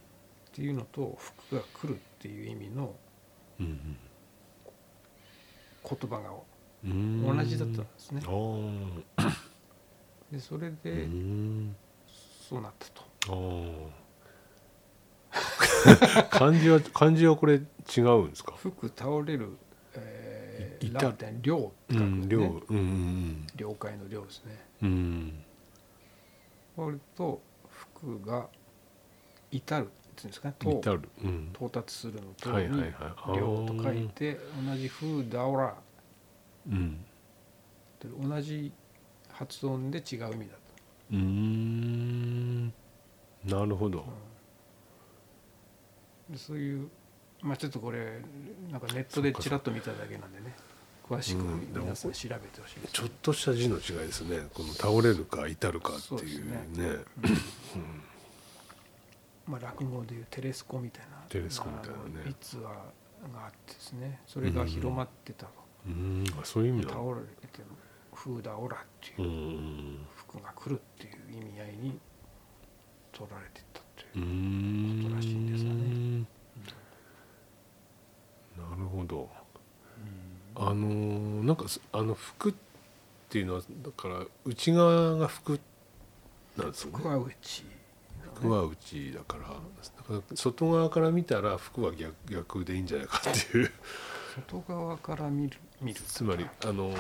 っていうのと服が来るっていう意味のうん言葉がうん同じだったんですねあ。あでそれうでんそうなったと。ああ 漢字は漢字はこれ違うんですか服倒れる、えいー、いたラーテン量ってう書くんんです量ね、うん了解の量ですね。うんうんこれと服が至るっていうんですかね。うん至到るうん到達するのとはいはいはいにあ量と書いーて同じ風だおらうんと同じ発音で違う意味だうーんなるほどと。うんでそういうまあちょっとこれなんかネットでちらっと見ただけなんでね。詳しくうんでも皆さん調べてほしいですちょっとした字の違いですねこの倒れるか至るかっていうそうねまあ、落語でいうテレスコみたいなテレスコみたいなねあの逸話があってですねそれが広まってたと、うんうんあそういう意味な倒のれて「風だおら」ってういうん服が来るっていう意味合いに取られてったっていううーんことらしいんですよねなるほどあのーなんかすあの服っていうのはだから内側が服なんですよね福は内服は内だからだから外側から見たら服は逆逆でいいんじゃないかっていう外側から見る見るつまりあの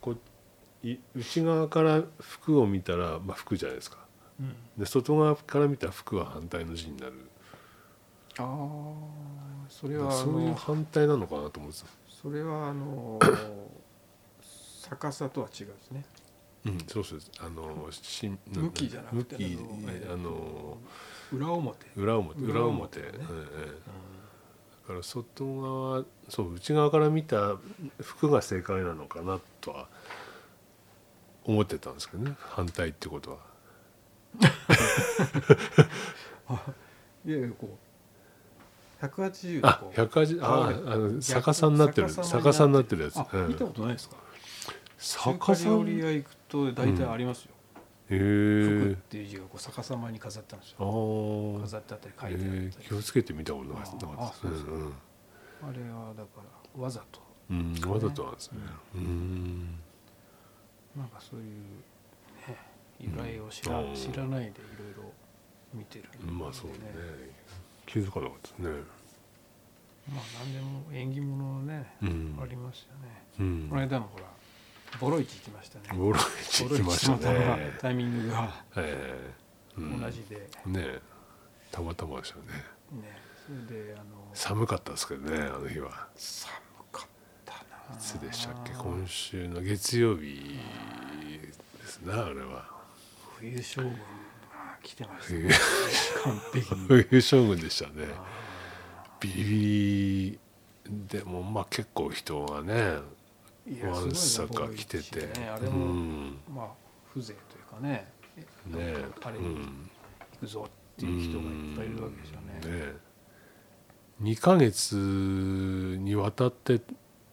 こうい内側から服を見たら、まあ、服じゃないですかうん、で外側から見たら服は反対の字になるああそれだからはあそういうの反対なのかなと思うんですよ、それはあの逆さとは違うんですねうん、そうそうですあのしんな向きじゃなくて向きえーあの裏表、裏表裏裏表表えねえええだから外側そう内側から見た服が正解なのかなとは思ってたんですけどね反対ってことは。いやいやこう180度あこう180倒あれるあの逆逆さになってる逆逆ささににななっってるやつあ、うん見たことないですか逆中華さ料に理へ屋行くと大体ありますよ、服っえていう字がこう逆さまに飾ってあるんですあよー飾ってあったり書いてあったり、えー気をつけて見たことなかったなかったあであすそねあれはだからわざとうんうんわざとなんですねうんなんかそういうね由来を知ら,、うん知らないでいろいろ見てるんでまあそうね気づかなかったですねまあ何でも縁起物のね、うんありますよねうんこの間もほらボロ市行きましたねボロ市行きましたボロ市のねタイミングがええうん同じで、ねえたまたまでしたねねそれであの寒かったですけどねあの日は寒かったないつでしたっけ今週の月曜日ですねあれは冬将軍が来てましたね冬完璧に冬将軍でしたねあビリビリでもまあ結構人がねーいやわんすさごいかな来てこういて、う地域ねあうれも、んまあ風情というかねねえなんかあれうに行んくぞっていう人がいっぱいいるわけですよねうんね2ヶ月にわたって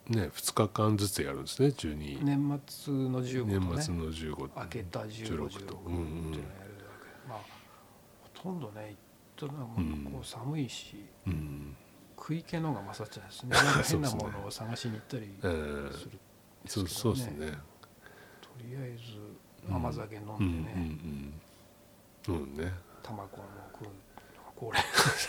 ね2日間ずつやるんですね12、年末の15とね年末の15明けた15 16と16とうんっうんていうのをやるわけで、まあほとんどね行ったのはうんこう寒いし、うん食い気のが勝っちゃうん ですねなんか変なそうですもねのを探しに行ったりえーする、そうですけそどうですねとりあえうんず甘酒飲うんんでねうんうんうんね タマコンを食うのがこれ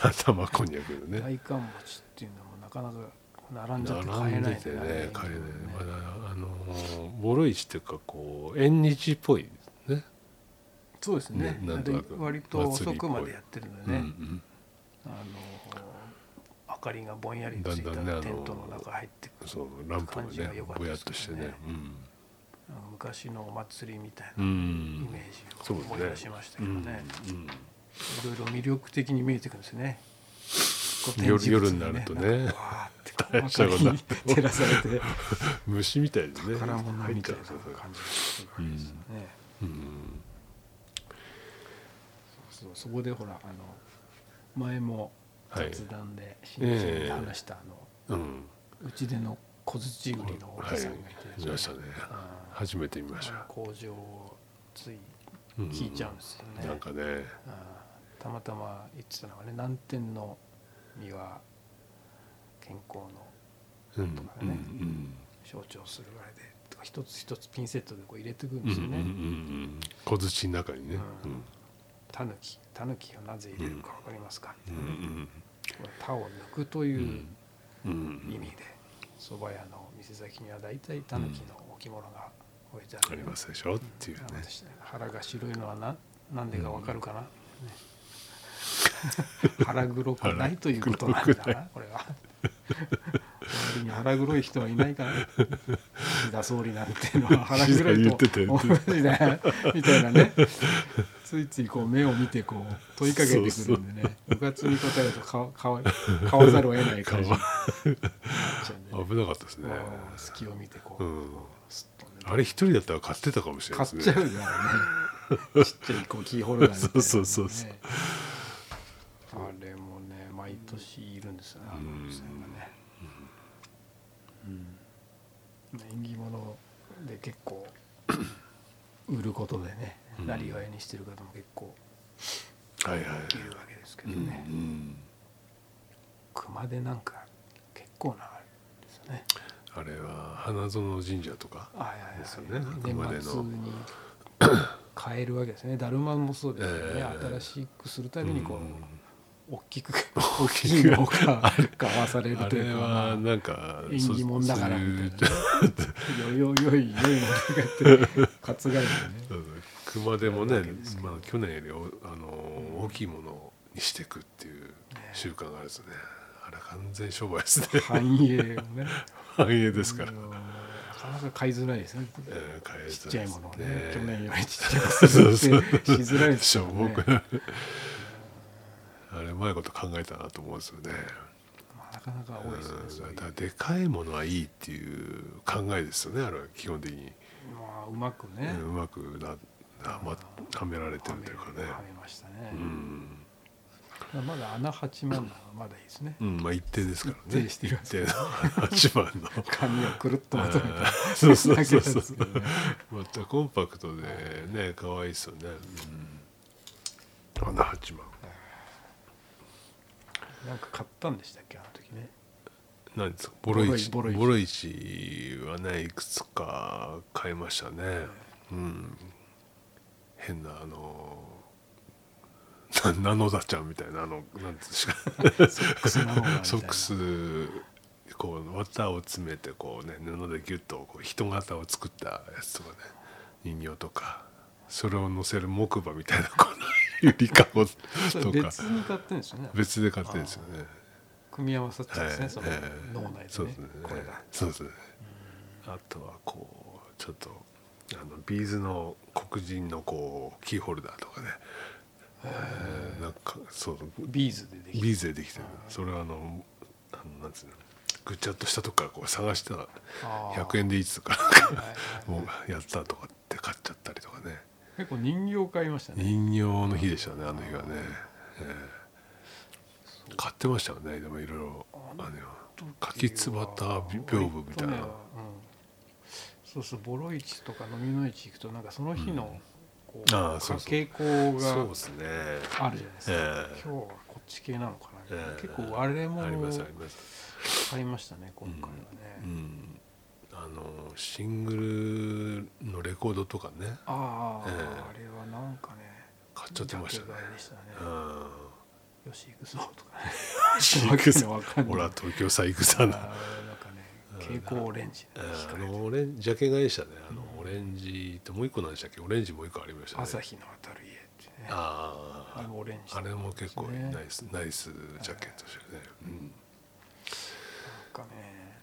頭こんにゃくのね大寒餅っていうのもなかなか並んじゃって買並えんなでいてあれねが帰れないねまだあのーボロ市っていうかこう縁日っぽいですねそうですねねなんとなくで割と遅くまでやってるのでね、うんあの明かりがぼんやりついたテだんだンんねあのトの中入ってうくんるそうランプが感じがね良かったぼやでっすとしてけどねあの昔のお祭りみたいうんうなイんメージそうをですね思い出しましたけどねうんうんいろいろ魅力的に見えてくるんですねこう夜展示物夜になるとなねんかわー ってこう明かりに照らされて虫みたいですね宝物入っみちたゃいうなんですよそれ感じがするわけですよね、うんそうそこでほらあの前もはい雑談で新人で話した、うんあのうちでの小槌売りのおはじいさんがいて、見ましたねあ初めて見ーました工場をついうん聞いちゃうんですよね、なんかねあーたまたま言ってたのがね南天の実は健康のうんとかうねんうん象徴するあれでとか一つ一つピンセットでこう入れてくるんうんうでんすうよんね、うん小槌の中にねうんタヌキタヌキをなぜ入れるか分かりますか、うんうんこれ他を抜くというう、んうん意味で蕎麦屋の店先には大体タヌキの置物が置いてあある、りますでしょっていうねなので腹が白いのはななんでかわかるかな、ね腹黒くないということなんだなこれは周りに腹黒い人はいないから岸田総理なんていうのは腹黒い言ってたと言同ってじだよみたいなねついついこう目を見てこう問いかけてくるんでねうかつに答えるとかかわかわざるを得ない感じになっちゃうんでね危なかったですねうん隙を見てこう、うんスッとねあれ一人だったら買ってたかもしれな買いっですねちゃう からねちっちゃいこうキーホルダーみたいなのねそうそうそうそうあれもね毎年いるんですよねあのお店がねうん縁起物で結構売ることでねうんなりわいにしてる方も結構はいはいいるわけですけうどんうね、ん熊手なんか結構なあれですよねあれは花園神社とかあいやいやですよね熊手の年末に変えるわけですねだるまもそうですよね、ええ新しくするたびにこう、うん大きく大きいのが買わされるあとれいうかはまあなんか縁起物だからみたいなねそうよいよいよいよいものとかって担がれてねそう熊手もねわけですけどまあ、去年よりおあのー、大きいものにしていくっていう習慣があるんですねあれ完全商売ですね繁栄をね繁栄ですから、あのなかなか買いづらいですねえー買えちっちゃいものをねね去年よりちっちゃくするってしづらいですしよょぼねくなるあれうまいこと考えたなと思うんですよねまあなかなか多いですねそういうんうだからでかいものはいいっていう考えですよねあれは基本的に、まあうまくうね、んうまくなはまはめられてはるめというかねはめましたねう、ん、まだ穴八万なのはまだいいですねうん、まあ一定ですからね一定してるやつ一定の8番 の紙をくるっとまとめあーそうそうたそうそう投げたやつがねまたコンパクトでね可愛いですよね、うん、花八番なんか買ったんでしたっけあの時ね何ですかボロ市ボボロ市ロ市はねいくつか買いましたねうん変なあのなナノダちゃんみたいなあのなんていうんですかソックスなのソックスこう綿を詰めてこうね布でギュッとこう人型を作ったやつとかね人形とかそれを乗せる木馬みたいなこのゆりかごとか別に買ってんですよね別で買ってるんですよね。組み合わさっちゃうんですね、そのええ脳内でそうねですねこれだそうですねあとはこうちょっとあのビーズの黒人のこうキーホルダーとかねえーなんかそうビーズでできビーズでできてるそれはあのあのなんつうのぐちゃっとしたとこからこう探したらたあー100円でいいっつうから はいはいもうやったとかって買っちゃったりとかね結構人形買いましたね人形の日でしたねあの日はね、えー買ってましたよねでもいろいろあの柿つばた屏風みた割といねうなんそうそうボロ市とか飲みの市行くとなんかその日のこうああそうそう傾向そうがですねあるじゃないですか、ええ今日はこっち系なのかな、ええ結構あれもありますあります買いましたね今回はね、うんあのシングルのレコードとかねああ、ええあれはなんかね買っちゃってましたねジャケ買いでしたねうよし行くぞとかね んわけのわかんないほら東京さ行くさあなーなんかね蛍光オレンジえでーあ光るのオレンジジャケ買いでしたねあのオレンジともう一個なんでしたっけオレンジもう一個ありましたね朝日の当たる家ってねあああのオレンジあれも結構ねナイス、ナイスジャケットでしたね、うん、なんかね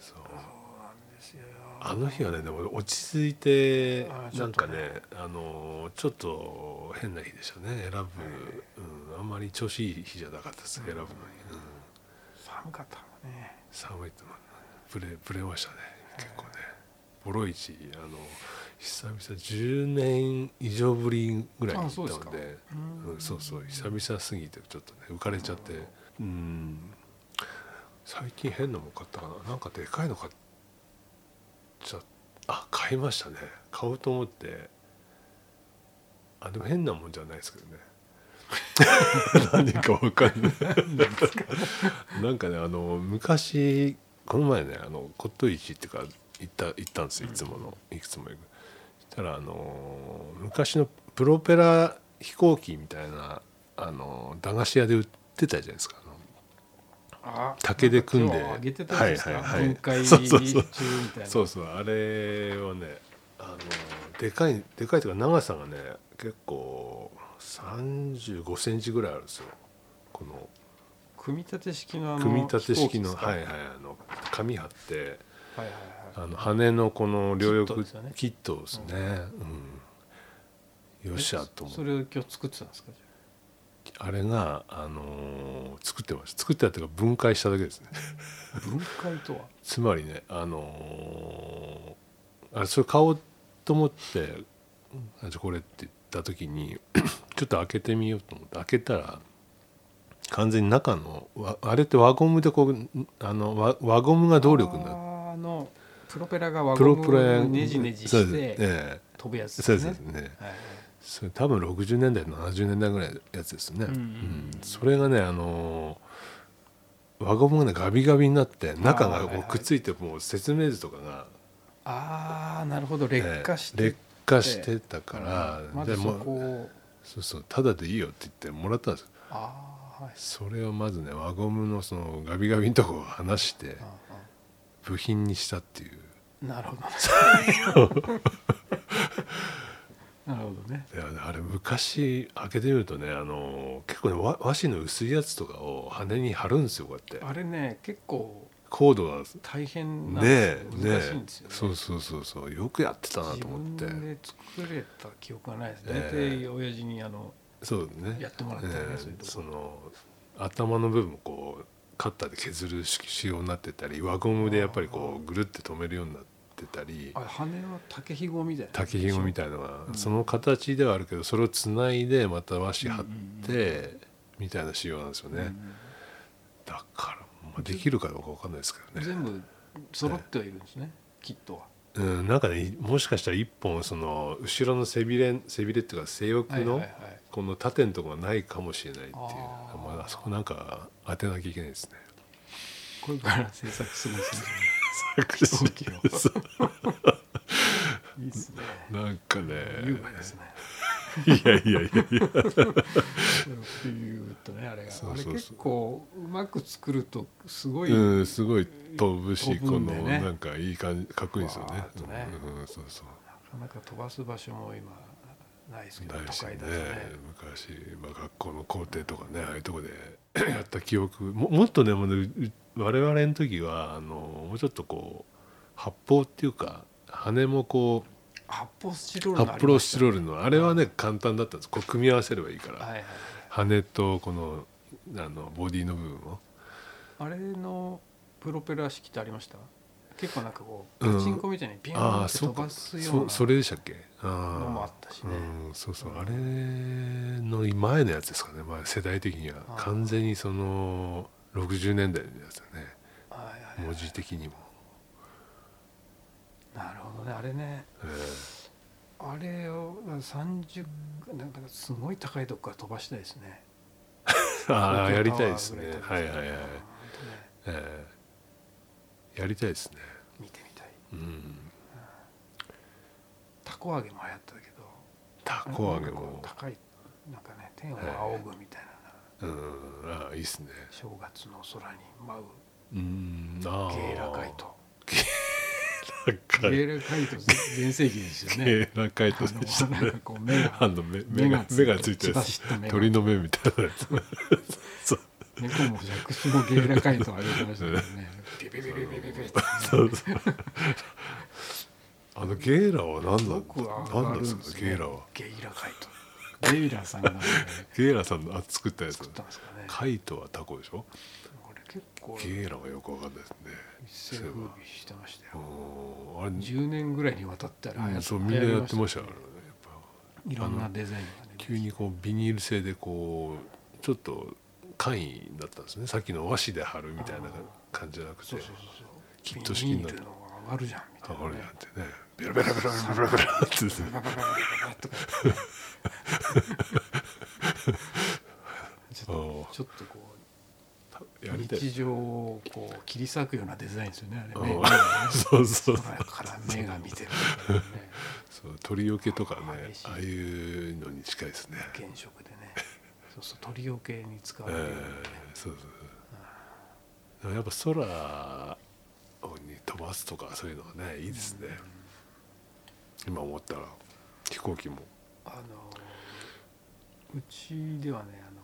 そうそうなんですよあの日はねでも落ち着いてあーなんかねちあのーちょっと変な日でしたね選ぶ、うん、あんまり調子いい日じゃなかったです選ぶのに、うん、寒かったもんね寒いってブレブレましたね結構ねボロ市あの久々10年以上ぶりぐらいにあそ行うですかったのでうんうんそうそう久々すぎてちょっとね浮かれちゃってうん最近変なもん買ったかななんかでかいの買っちゃあ買いましたね買おうと思ってあでも変なもんじゃないですけどね何かわかんない なんかねあの昔この前ねあの骨董市っていうか行った行ったんですよいつもの、いくつも行くそしたらあの昔のプロペラ飛行機みたいなあの駄菓子屋で売ってたじゃないですかあのあ竹で組んで今日あげてたんですか、はいはいはい分解そ中うみそうそうたいなそうそうあれはねあのでかいでかいというか長さがね結構3 5センチぐらいあるんですよこの組み立て式のあの組み立て式の飛行機ですかはいはいあの紙貼ってはいはいはいあの羽のこの両翼キットですよねキットですねうんよっしゃと思そってれを今日作ってたんですかじゃあれがあのー作ってました作ってたっていうか分解しただけですね あ分解とはつまりねあのーあれそれ買おうと思って「あじゃあこれ」って言った時に ちょっと開けてみようと思って開けたら完全に中のわあれって輪ゴムでこうんあの輪輪ゴムが動力になってあーのプロペラが輪プゴロプムラをねじねじそうしですてええ飛ぶやつそでうすでねすねはいはいそれ多分60年代70年代ぐらいのやつですね、うんうんうんうんそれがねあのー輪ゴムがねガビガビになって中あーがはいこはいうくっついてもう説明図とかがああなるほど劣化して、えー劣化してたから、までずそもこうをそうそうただでいいよって言ってもらったんですよああはいそれをまずね輪ゴムのそのガビガビのとこを離してあ部品にしたっていうあなる ほどなるほどねいやあれ昔開けてみるとねあの結構ね和和紙の薄いやつとかを羽に貼るんですよこうやってあれね結構コードが大変なんねですえよね難しいんですよえねそうそうそうそうよくやってたな自と思っ分てで作れた記憶がないですねええ大体親父にあのそうねやってもらったよねええそういうとこその頭の部分をこうカッターで削る仕様になってたり輪ゴムでやっぱりこうぐるって止めるようになってたりあ羽は竹ひごみたいな竹ひごみいたいのが、うんその形ではあるけどそれをつないでまた和紙貼って、うんみたいな仕様なんですよね、だから、まあ、できるかどうかわかんないですけどね、全部揃ってはいるんですねきっとはうん、なんかねもしかしたら一本その後ろの背びれ背びれっていうか性欲はいはいのはいこの縦のところがないかもしれないっていうあーまあ、あそこなんか当てなきゃいけないですね。これから制作するんですねそう器いいですねなんかね優雅ですねいやいやいやいやピューっとねあれがそうあそれうそう結構うまく作るとすごい、うん、すごい飛ぶし、飛ぶこんでのねなんかいい感じかっこいいですよわねーっとねうんうん、そうそうなかなか飛ばす場所も今ないですけどない都しね会だとね昔、まあ、学校の校庭とかねああいうとこで やった記憶ももっとねもうねうう我々の時はあのもうちょっとこう発砲っていうか羽もこう発泡スチロールの発泡スチローールのあれはね簡単だったんですこう組み合わせればいいから、はいはいはい羽とこのあのボディの部分をあれのプロペラ式ってありました結構なんかこううんパチンコみたいにビューンって飛ばすようそなそれでしたっけあーのもあったしねうん、そうそうあれの前のやつですかね、まあ、世代的にはあー完全にその60年代のやつだねはいはいはい文字的にも、なるほどねあれねえ あれを30なんかすごい高いとこから飛ばしたいですねーああやりたいですね東京タワはーぐらいはい飛ばした本当ねはい、えーやりたいですね見てみたいうんたこ揚げも流行ったけどたこ揚げなんかこもう高いなんかね天を仰ぐみたいな、うんああいいですね正月の空に舞ううんああゲイラカイ ト高ゲいイラカイト全盛期ですよねゲイラカイトでしたあのなんねかこう目 あがの目目が目がついてるや血走つった目が鳥の目みたいなやつそう猫もジャクシもゲイラカイトあげてましたけどねビビビビビビビビってそうそうあのゲーラは何なんよだく上何がなるんですんかですゲねーラはゲイラカイトゲイラさんがなんかねゲーラさんのあ作ったやつ作ったんですかねカイトはタコでしょこれ結構ゲーラはよくわかんないですね一世風靡してましたよおーあれ10年ぐらいにわたったら流う行んっそうみんなやってました流から行ねりやっぱましたねいろんなデザインがね急にこうビニール製でこうちょっと簡易だったんですねさっきの和紙で貼るみたいな感じじゃなくてそうそうそうきそうっと式になビニーるルの上がるじゃんみたい上がなるねなんてねベラベラベラベラベラベラってですねバババババババとかちょっとあーちょっとこやうりたい日常をこう切り裂くようなデザインですよねあうれ目ん目がね そうそう空から目が見てるみたいなねそう鳥よけとかね激しいああいうのに近いですね原色でねそうそう鳥よけに使わえれるようなねーそうそうそうやっぱ空に飛ばすとかそういうのはねいいですね今思ったら飛行機もあのうちではねあの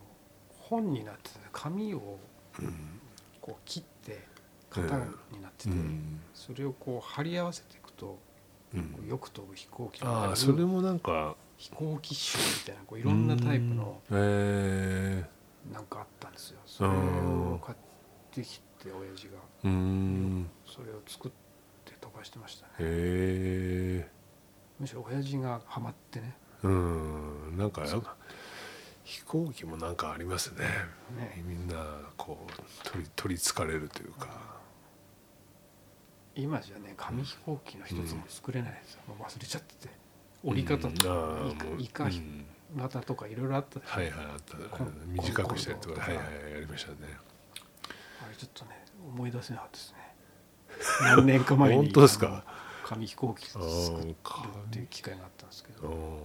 本になってて紙をうんこう切って型になってて、うんそれをこう貼り合わせていくと、うんこうよく飛ぶ飛行機みたいあなあそれもなんか飛行機集みたいなこういろんなタイプのうんへえなんかあったんですよそれを買ってきて親父がうーんそれを作って飛ばしてましたねへえむしろ親父がハマってねうんなんかやっぱ飛行機もなんかありますねねみんなこう取り取りつかれるというか今じゃね紙飛行機の一つも作れないですよ、もう忘れちゃってて折りう方んとあかーもうイカうイカん型とかいろいろあったでしょはいはいあったコン短くしたりとコンコンドとかかはいはいやりましたねあれちょっとね思い出せなかったですね何年か前に本当ですかあの紙飛行機作るっていう機会があったんですけうどん折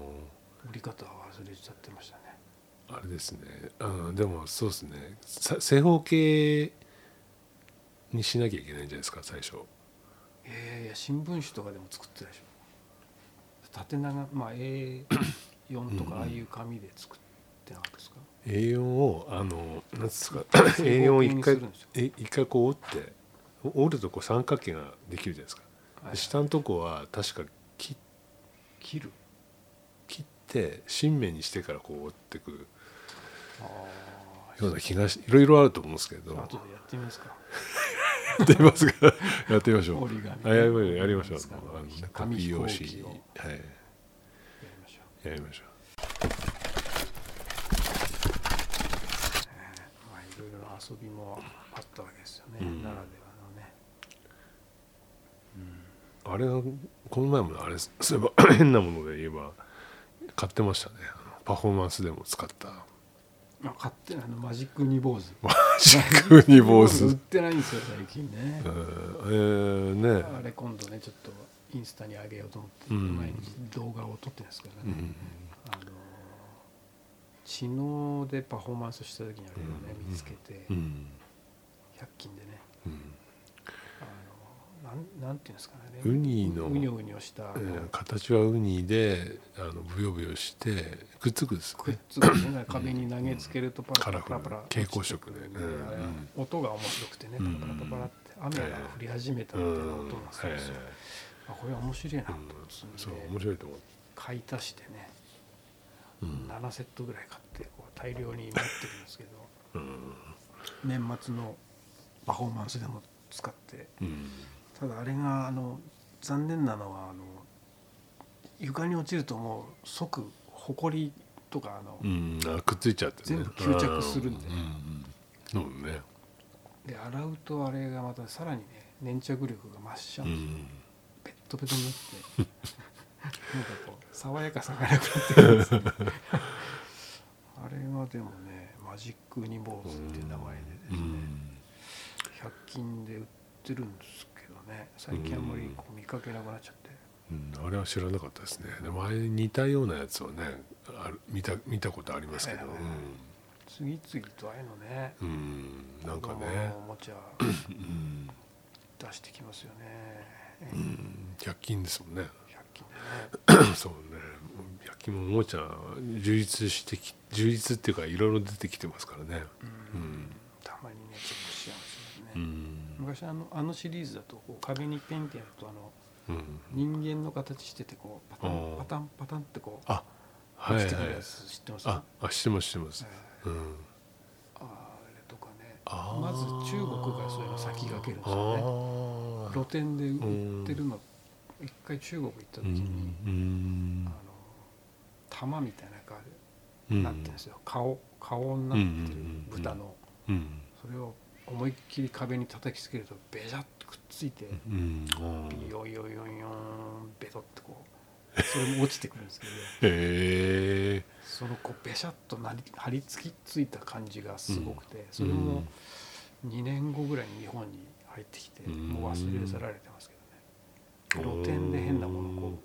り方は忘れちゃってましたねあれですねうんでもそうですねさ正方形にしなきゃいけないんじゃないですか最初えー、いや新聞紙とかでも作ってたでしょ縦長まあ A4 とうんかああいう紙で作ってなかったですか A4 をあの何ですか正 A4 方を形一にす回るんですよえ一回こう折ってお折るとこう三角形ができるじゃないですか、はいで下のとこは確か切切る切って新面にしてからこう折ってくあような気がしいろいろあると思うんですけどあ後でやってみますかやってみますかやってみましょう折り紙あやりましょうやりましょうですかあのねコ紙ピ飛ー用行紙機をやはいりましょうやりましょまあ、いろいろ遊びもあったわけですよね、うん奈良ではのねうあれはこの前もあれそういえば変なもので言えば買ってましたねあのパフォーマンスでも使ったまあ、買ってあのマジックニ坊主マジックに坊主売 ってないんですよ最近ね、えー、ねあれ今度ねちょっとインスタに上げようと思って、うん毎日動画を撮ってるんですけどね、うんあの知能でパフォーマンスした時にあれをねうん見つけて、うん100均でねうんあのなんなんていうんですかねウニのうにょうにょした、えー形はウニであのブヨブヨしてくっつくんですくっねつくね壁に投げつけるとパラパラパラカラフル蛍光色で落ちてくうるんあれは音が面白くてねパラパラパラパラって雨が降り始めたうみたいんな音がするんですよえあこれ面白いなとう思っんて、そう面白いと思う、買い足してねうん7セットぐらい買ってこう大量に持ってるんですけどうん年末のパフォーマンスでも使ってうん、ただあれがあの残念なのはあの床に落ちるともう即ほこりとかあの、うん、あくっついちゃって、ね、全部吸着するんでううんうん、そうね、で洗うとあれがまたさらにね粘着力が増しちゃううんですよん、ペットペトになってなんかこう爽やかさがなくなってくるんですねあれはでもねマジックニボーズっていう名前でですうね、ん、 100均で売ってるんですけどね最近あんまりこう見かけなくなっちゃって、うんあれは知らなかったですねで前に似たようなやつをねある見た見たことありますけど、はいはい次々とああいうのねうん、うん、なんか子供ねのお、もちゃうん出してきますよね、うん、100均ですもんね 100均でねそうね100均もおもちゃ充実してき充実っていうかいろいろ出てきてますからねうんうんたまにねチェックしちゃうんですうよね、ん、昔あのあのシリーズだとこう壁にペンってやるとあのうん、人間の形しててこうパタあンーパタンパタンってこうあは落いちてはくるいやつ知ってます、ああ知ってます知ってまえす、えうんあれとかねあーまず中国がそういうの先駆けるんですよねあ露店で売ってるの一回中国行ったー時うに、んあの玉みたいな感うじんになってるんですよ、顔顔になってるうんうんうん豚の、うんそれを思いっきり壁に叩きつけるとベジャッとくっついて、うんあーヨンヨンヨンヨンベトってこうそれも落ちてくるんですけどへえそのこうベシャッとなり張り付きついた感じがすごくて、それも2年後ぐらいに日本に入ってきて、うんもう忘れ去られてますけどねうん露店で変なものを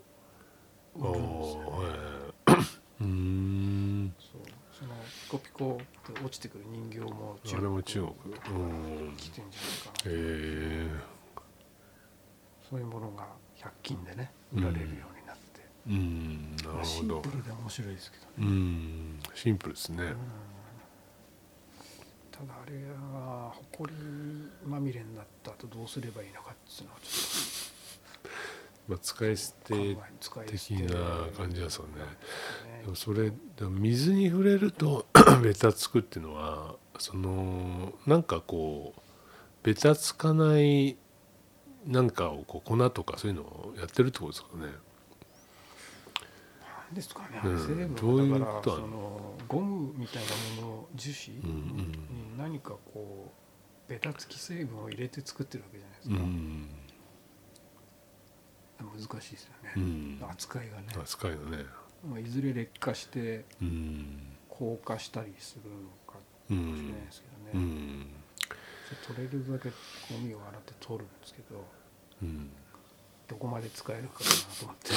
ああこう売るんですよ、ね、うーんそうそのピコピコって落ちてくる人形もあれも中国うん来てんじゃないかなへえそういうものが100均でねう売んられるようになって、うんなるシほンどプルで面白いですけどねうんシンプルですうねんただあれは埃まみれになった後どうすればいいのかっていうのはちまあ使い捨ょってと考え使い捨的てな感じですよねねでもそれでも水に触れると ベタつくっていうのはそのなんかこうベタつかないなんかをこう粉とかそういうのをやってるってことですかね。なんですかね、うん成分どういうだからことそなののゴムみたいなもの樹脂うんうんに何かこうベタつき成分を入れて作ってるわけじゃないですか、うん、難しいですよね、うん扱いがね、扱いのね。まあ、いずれ劣化してうん、硬化したりするのかうもしれんないですけうどね、ん、それ取れるだけゴミを洗って取るんですけどうん、どこまで使えるかなと 思って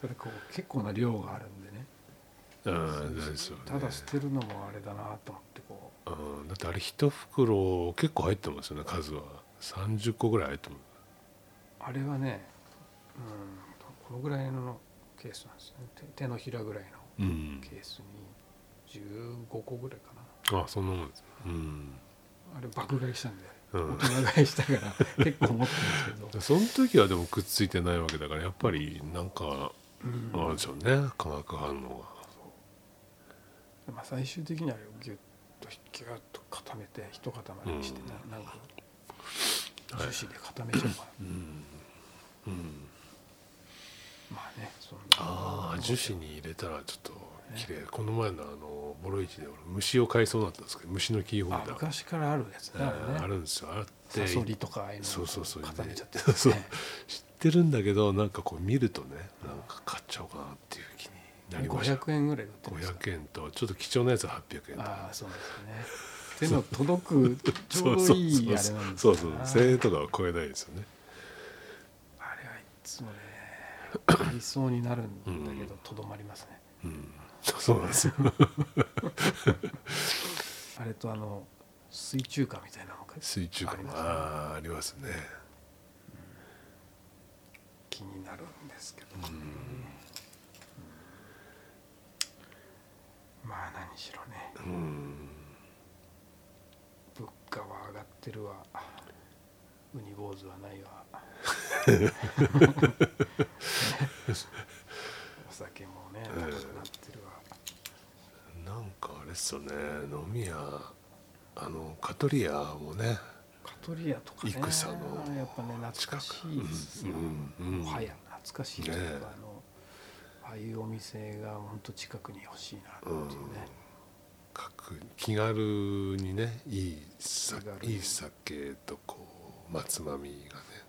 それこう結構な量があるんでねああ、ですよね。ただ捨てるのもあれだなと思ってこあーだってあれ一袋結構入ってますよね数は三十個ぐらい入ってまうあれはねうんこのぐらいのケースなんですね手手のひらぐらいのす。うん、ケースに15個ぐらいかなあそんなもんです。うん、あれ爆買いしたんでうん大。人買いしたから結構持ってるんですけど、その時はでもくっついてないわけだからやっぱりなんかうんあるんでしょうね化学反応まあ、最終的にはあれをギュッとギュッと固めて一塊にしてな,、ん、かはい樹脂で固めちゃうから、がうん、うん、まあねそんなああ樹脂に入れたらちょっと綺麗この前のあのボロ市で俺虫を飼いそうだったんですけど虫のキーホあルダー昔からあるやつねあれねあるんですよあってサソリとかああいうのそをうそうそう固めちゃってねそうね知ってるんだけどなんかこう見るとねなんか買っちゃおうかなっていう気になりました500円ぐらいで売ってます500円とちょっと貴重なやつは800円とああそうですね手の届くちょうどいいあれなんですそうそうそう1000円とかは超えないですよねあれはいつもね買いそうになるんだけどとどまりますねうんそうなんですよ あれとあの水中華みたいなのが水中感ありますねあーありますね気になるんですけど、ねまあ何しろねうん 物価は上がってるわウニ坊主はないわお酒もねええ高くなってるわ、なんかあれっすよね飲み屋あのカトリアもねカトリアとかねイクサのやっぱね懐かしいですよ、うんうんもはや懐かしいというか、ねえあのああいうお店が本当近くに欲しいなっていうね、各気軽にねいいさ気軽にいい酒とこうまつまみがね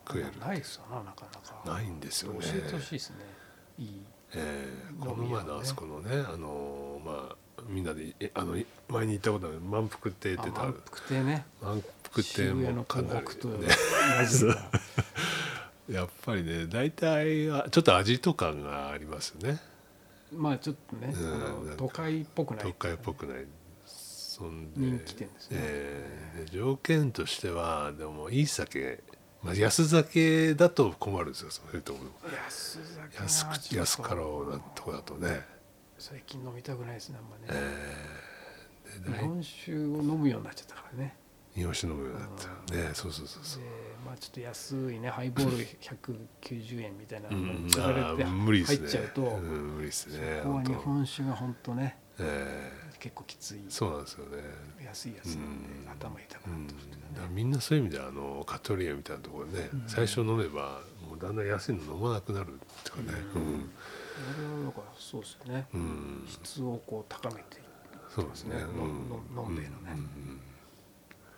食えるないですよななかなかないんですよね教えてほしいですねいいえーこの飲み屋前ねのあそこのねあのーまあみんなでえあのい前に行ったことある満腹亭ってあ言った満腹亭ね満腹亭渋谷のもか広なり告とね同じだやっぱりね大体あちょっと味と感がありますよねまあちょっとね、うんあなんのか都会っぽくない都会っぽくないそんで人気店ですねえーで条件としてはでもいい酒、まあ、安酒だと困るんですよそういうところ安酒な安ちょっくと安かろうなとこだとね、最近飲みたくないですねあんまね、えー日で本酒を飲むようになっちゃったからね日本酒飲むようになったねそうそうそうそでう、まあちょっと安いねハイボール190円みたいなうのんがうん、売らあれてー無理で入すっねちゃうと、うん、無理ですねここは日本当本酒が本当ねえ結構きついーそうなんですよね安いやつなんで、うん頭痛くうなっんてくるとだかからねみんなそういう意味であのカトリアみたいなところね、うん最初飲めばもうだんだん安いの飲まなくなるとかねうん、俺はだからそうですよね、うん質をこう高めてるそうですねのののんべいのねうんうん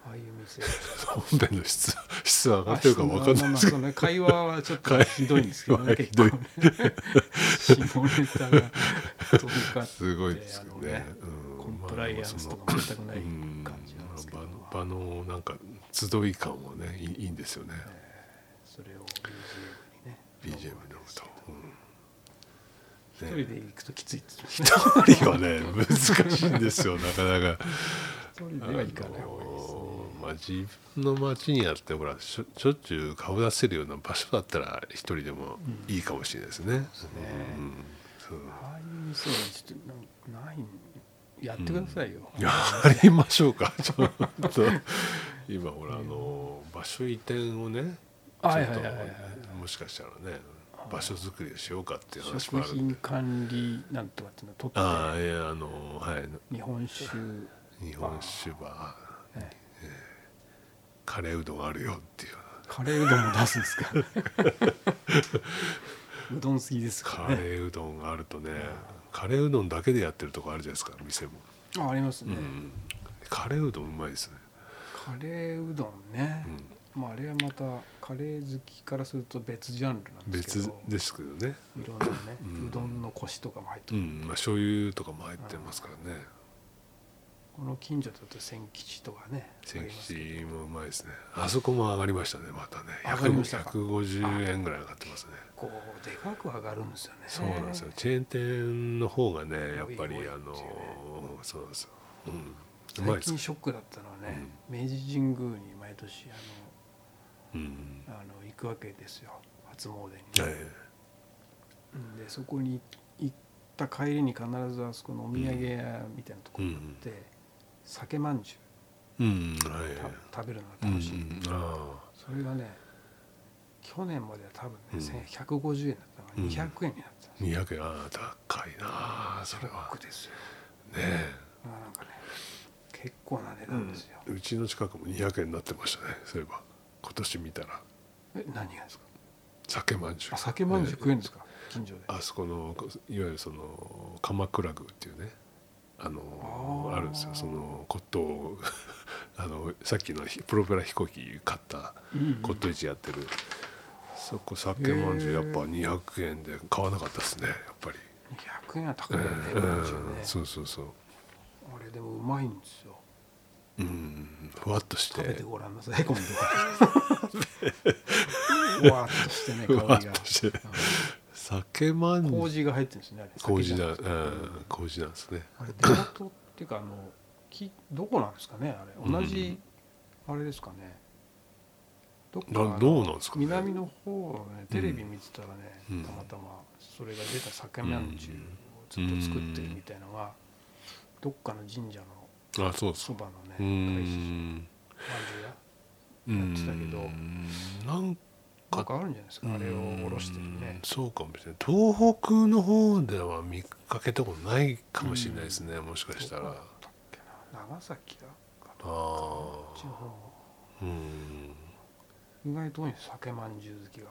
ああいう 店のんべいの質質は上がってるか分かんないですけまあまあまあそどの会話はちょっとひどいんですけどね 会話は結構ね下ネタが飛び交ってすごいですよねあのうんコンプライアンスとまか全くなあいで感じなんですけど、もそのうんまあ場の場のなんか集い感もねいいいいんですよね、それを BGM にね BGM 飲むと、一うん人でね行くときついって一人はね難しいんですよなかなか。 一人では行かない方がいいですねまあ、自分の町にあってほらしょしょっちゅう顔出せるような場所だったら一人でもいいかもしれないですね。うんそうああいう店はちょっとなんないやってくださいよ、やりましょうか ちょっと今ほらあの場所移転をねちょっはいはいとはいはいもしかしたらね場所作りをしようかっていう話も食ある品んで管理なんとかっていうのを取あっあいやあのはいて日本酒日本酒はねカレーうどんあるよっていうようなカレーうどんも出すんです かうどん好きですかカらレねーうどんがあるとね、カレーうどんだけでやってるとこあるじゃないですか店も、あありますね、うんカレーうどんうまいですね、カレーうどんね、まああれはまたカレー好きからすると別ジャンルなんですけ別どですけどねいろんなね、ううんどんのコシとかも入ってうる、んまあ醤油とかも入ってますからねこの近所だと千吉とかね千吉もうまいですねあそこも上がりましたねまたね上がりましたか150円ぐらい上がってますねこうでかく上がるんですよねそうなんですよチェーン店の方がねやっぱ多りい多いあのっていうねそうなんですよ、うん、うまい最です近ショックだったのはね、明治神宮に毎年うんあのあの行くわけですよ初詣に、えうんでそこに行った帰りに必ずあそこのお土産屋みたいなところがあって、酒まんじゅえうんはうたい食べるのうがんう楽しい、んああそれがね去年までは多分ね、うん千150円だったのが200円になったんですよ、 200円ああ高いなあそれは僕ですよねえなんかね結構な値段ですよ、うちの近くも200円になってましたねそういえば今年見たらえ何がですか酒まんじゅうあ酒まんじゅう食えるんですか、近所であそこのいわゆるその鎌倉宮っていうねあのあーあるんですよその骨董 あのさっきのひプロペラ飛行機買ったうんうん骨董市やってる、そこ酒まんじゅうやっぱへ200円で買わなかったですねやっぱり、 200円は高いよね、うまんじゅうねんそうそうそうあれでもうまいんですようんふわっとして食べてごらんなさい今 度ふわっとしてねふわ香っりがとして酒まんじゅう麹が入ってるんですねあれ麹だ、う酒じゃなくてん、麹なんですね。あれ出元っていうかあのきどこなんですかねあれ同じ、あれですかねどっかなどうなんですかね南の方のねテレビ見てたらね、うんたまたまそれが出た酒まんじゅうをずっと作ってるみたいのが、どっかの神社のあ、そうですそ。ばのねうー会社まんじゅうん。屋やってたけどなんなんかあるんじゃないですかあれをおろしてるねうんそうかもしれない東北の方では見かけたことないかもしれないですね、もしかしたらあどこだったっけな長崎だかあなこっちの方うん意外と多いんです酒まんじゅう好きが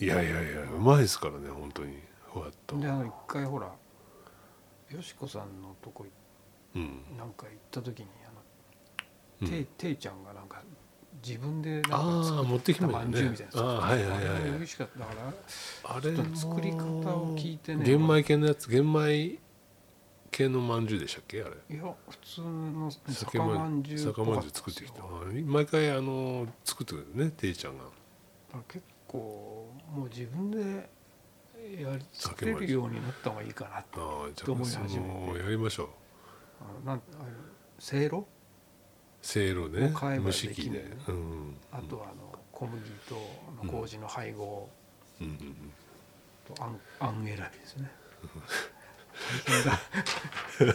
いやいやいやうまいですからね本当にふわっとであの一回ほらよしこさんのとこいうんなんか行った時にあうの、ていんていちゃんがなんか自分でなんかああ持ってき作まっましたたんじゅうねみたいなああはいはいはいあれは美い味しかっただからあちょれっと作り方を聞いてね玄米系のやつ玄米系の饅頭でしたっけあれいや普通の酒酒ままんんじじゅうゅうっぽ酒かまんっじゅうた作でっすてよきた毎回あの作ってくるねていちゃんがだから結構もう自分でやり作酒まれんじゅるうようになった方がいいかなってああじゃと思あい始そめてのやりましょうあのなんあれせいろせいろねもう買えば蒸できしる器でねうんあとはあの小麦とあの麹の配合うんうんうんとあんあん選びですね大変だ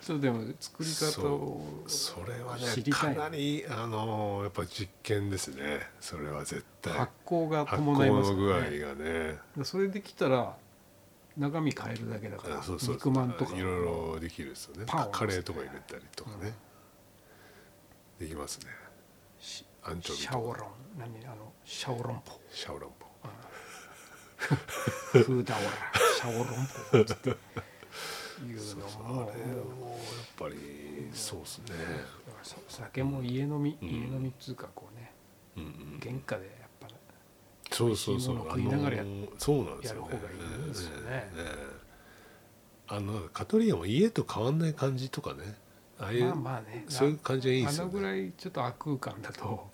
そうでも作り方をそれは知ねりたかいなりあのやっぱ実験ですねそれは絶対発酵が発伴い酵ますの具か合らねがねそれできたら中身変えるだけだからあそうそう肉まんとかいろいろできるですよねパンを乗せてカレーとか入れたりとかね、できますねしアンチョビシャとかオロン何あのシャオロンポシャオランポフーダオラシャオロンポつっていうのあれももやっぱりそうですねさ酒も家飲み、うん家飲みっつうかこうねうんうん原価でやっぱそうそうそう美味しいもの食いながらやあのそうなんですやよる方がいいですよねあのカトリアも家と変わんない感じとかねああいう、まあまあねそういう感じがいいであすよのぐねらいちょっと悪空間だ と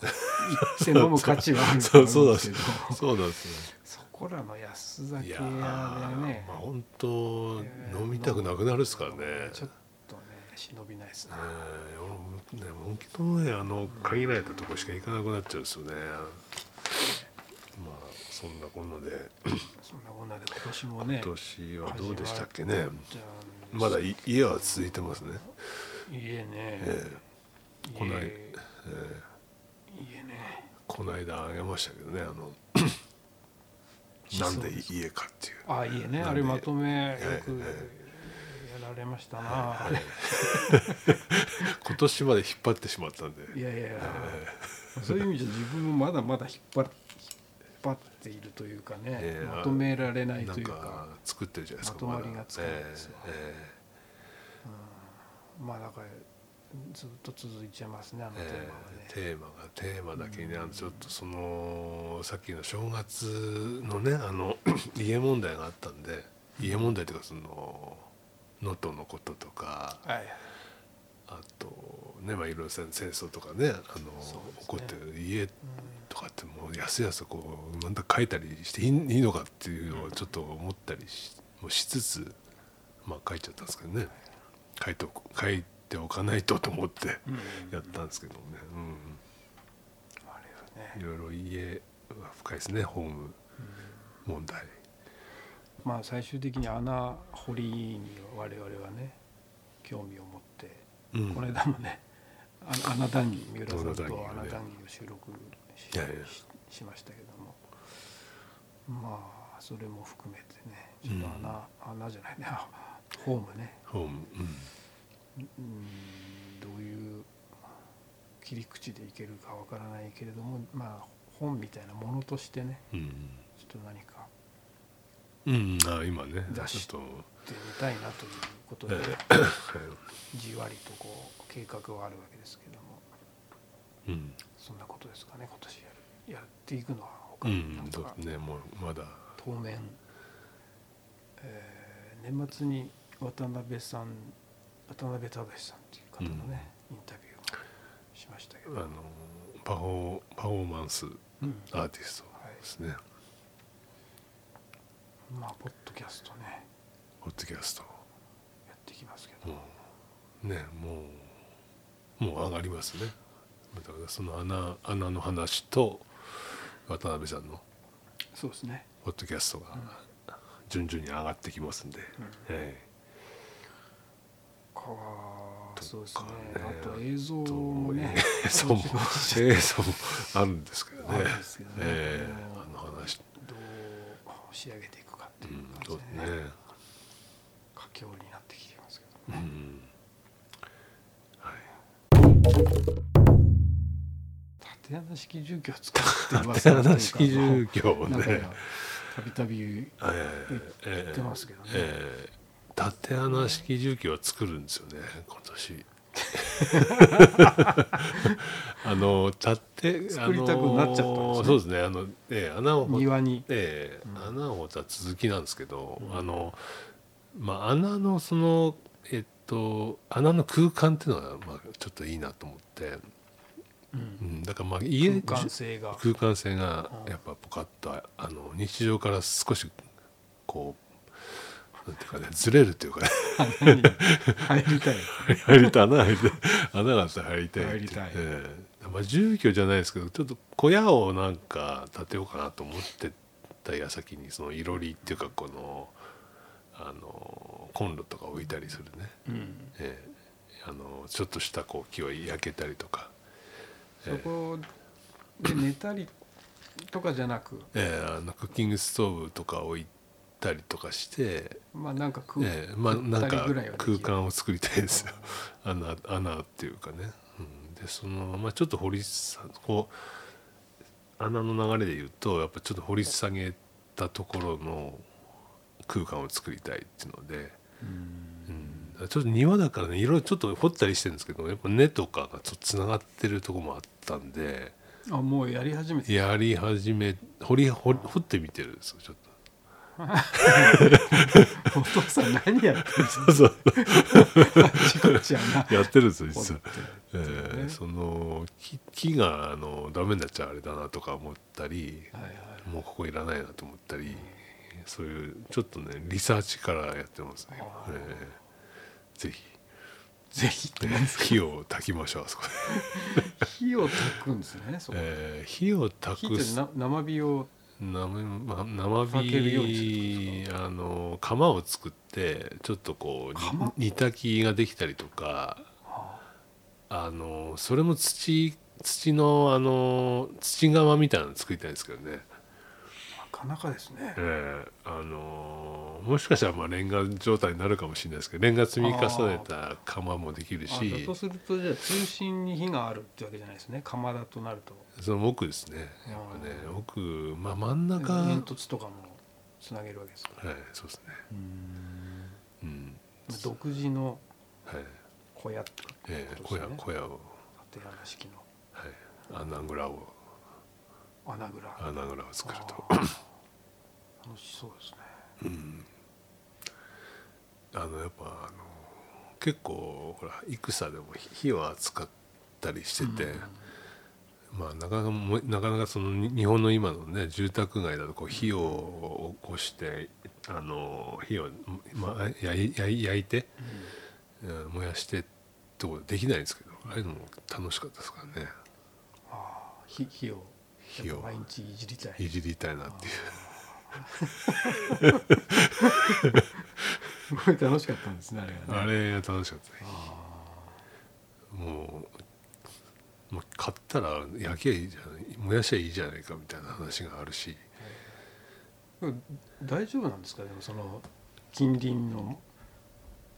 一って飲む価値はあるとそう思そううんでなんですけすどそうなんですそこらの安よ酒い屋やでーねまあ本当飲みたくなくなるですからね、ちょっとね忍びないですねうん俺もね本当のねあの限られたとこしか行かなくなっちゃうんですよねまあそんなこんなでそんなこんなで今年もね今年はどうでしたっけねじゃあまだい家は続いてますね家ね、え家こない家ねこの間あげましたけどねあのなんで家かっていうあ家ねなんであれまとめよえくやられましたな、今年まで引っ張ってしまったんでい、やいや、そういう意味じゃ自分もまだまだ引っ張っ引っ張っているというかね、ええまとめられないなとんいうかか作ってるじゃないですかまとまりがつかないまだですわええまあだからずっと続いちゃいますねあのテーえマはねー、テーマがテーマだけにねあのちょっとそのさっきの正月のねあの 家問題があったんで家問題というかその能登のこととかはいあとねまあいろいろ戦戦争とかねあそのうですね起こってる家とかってもうやすやすこうなんだ書いたりしていいいいのかっていうのをちょっと思ったりしもしつつまあ書いちゃったんですけどね書いておく書いておかないとと思ってうんやったんですけどもね。うんあれはねいろいろ家は深いですねホーム問題まあ最終的に穴掘りに我々はね興味を持って、うんこの間もねあの穴談義三浦さんと穴談義ね穴談義を収録しいやいやししましたけどもまあそれも含めてねちょっと穴、穴じゃないねあホームねホームうんどういう切り口でいけるかわからないけれどもまあ本みたいなものとしてねうんちょっと何かうん、うん、あ今ね出しちょっやってみたいなということと、で。え じわりとこう計画はあるわけですけどもえうんそんなことですかね今年やるやっていくのはう他になんんとそうかですねもうまだ当面、えー年末に渡辺さん渡辺忠さんという方のね、インタビューをしましたけど、あのパフォーパフォーマンスうんアーティストですね、まあポッドキャストねホットキャストやっていきますけど、もうねもうもう上がりますねだからその穴穴の話と渡辺さんのそうですねポッドキャストが順々に上がってきますんで、うんええかそうですねあと映像も ね映像も映像もあるんですけどねあるんですけどねええあの話、どう仕上げていくかってう、いうんそ感うじねでね、佳境になってきてますけどうんはい縦穴式住居を使って縦穴式住住居なんかねたびたびええええ言ってますけどねええ縦穴式住居は作るんですよね今 年あの縦作りたくなっちゃったんですねあのそうですねあの、ええ穴を掘っ庭にええうん穴を掘った続きなんですけど、うんあのまあ穴のそのえっと穴の空間っていうのがまあちょっといいなと思って、ううんん、だからまあ家空間性が空間性がうんやっぱポカッとああの日常から少しこうなんていうかねずれるというかね穴に入りたい 入りたい穴入りたい穴があって入りたいって入りたいええまあ、住居じゃないですけどちょっと小屋をなんか建てようかなと思ってた矢先にそのいろりっていうかこのあのコンロとか置いたりするね、うんええあのちょっとしたこう木を焼けたりとか、えそこで寝たりとかじゃなくええあのクッキングストーブとか置いたりとかしてまあなんか空ええまあなん二人かぐらいはできる空間を作りたいですよ 穴穴っていうかね、うん、でそのまあちょっと掘りさこう穴の流れで言うとやっぱちょっと掘り下げたところの空間を作りたいっていうので、うんうん、ちょっと庭だからねいろいろちょっと掘ったりしてるんですけどやっぱ根とかがちょっとつながってるとこもあったんであもうやり始めてやり始め掘り掘り掘ってみてるんですよちょっ と。お父さん何やってるそうそうあっちこっちやな やってるんですよ実は掘って。えっていうーねその木木があのダメになっちゃあれだなとか思ったりはいはいもうここいらないなと思ったりそういうちょっとねリサーチからやってますねあ、えーーぜひぜひってえー火を焚きましょう あそこで、火を焚くんですねそこえー火を火焚ってくな生火を生ま生焚けるようにす火あの釜を作ってちょっとこ釜うに煮炊きができたりとかあのそれも土土のあの土釜みたいなの作りたいんですけどね、なかなかですねええあのもしかしたらまあレンガ状態になるかもしれないですけどレンガ積み重ねた釜もできるあだしとするとじゃあ中心に火があるってわけじゃないですね釜だとなるとその奥ですねやっぱね奥、まあ、真ん中、は煙い、突とかもつなげるわけですからそうですねうん独自のはい小屋ってことえでえすね小屋小屋を縦穴式はい穴蔵をの穴蔵穴蔵を作るとあー楽しそうですねあのやっぱあの結構ほら戦でも火を扱ったりしてて、まあなかなかもなかなかそのに日本の今のね住宅街だとこう火を起こしてあの火を、まあ、焼い焼い焼いて、うん燃やしてってことできないんですけどああいうのも楽しかったですからねあー火火を火をやっぱ毎日いじりたいいじりたいなっていうすごい楽しかったんですねあれがあねれ楽しかったねあもうもう買ったら焼きゃいいじゃない燃やしゃいいじゃないかみたいな話があるしー大丈夫なんですかでもその近隣の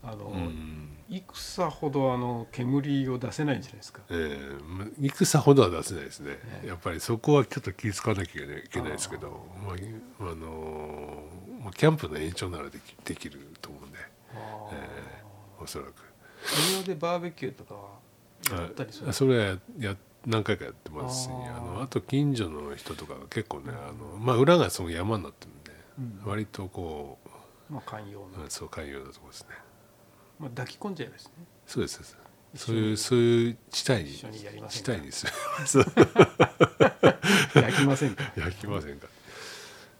あの、うん戦ほどあの煙を出せないんじゃないですかえーま戦ほどは出せないですねねやっぱりそこはちょっと気ぃ付かなきゃいけないですけどまあ、あのーまあキャンプの延長ならできできると思うんで、あーえーおそらく庭でバーベキューとかはやったりするあそれはや何回かやってますしあーあのあと近所の人とかが結構ねあの、まあ、裏がその山になってるんで、うん割とこうまあ寛容な、うんそう寛容なところですねまあ、抱き込んじゃいますねそうですそ一緒うですそういうにそういう地帯に一緒にやりません地か帯にする そう焼きませんかやきませんか、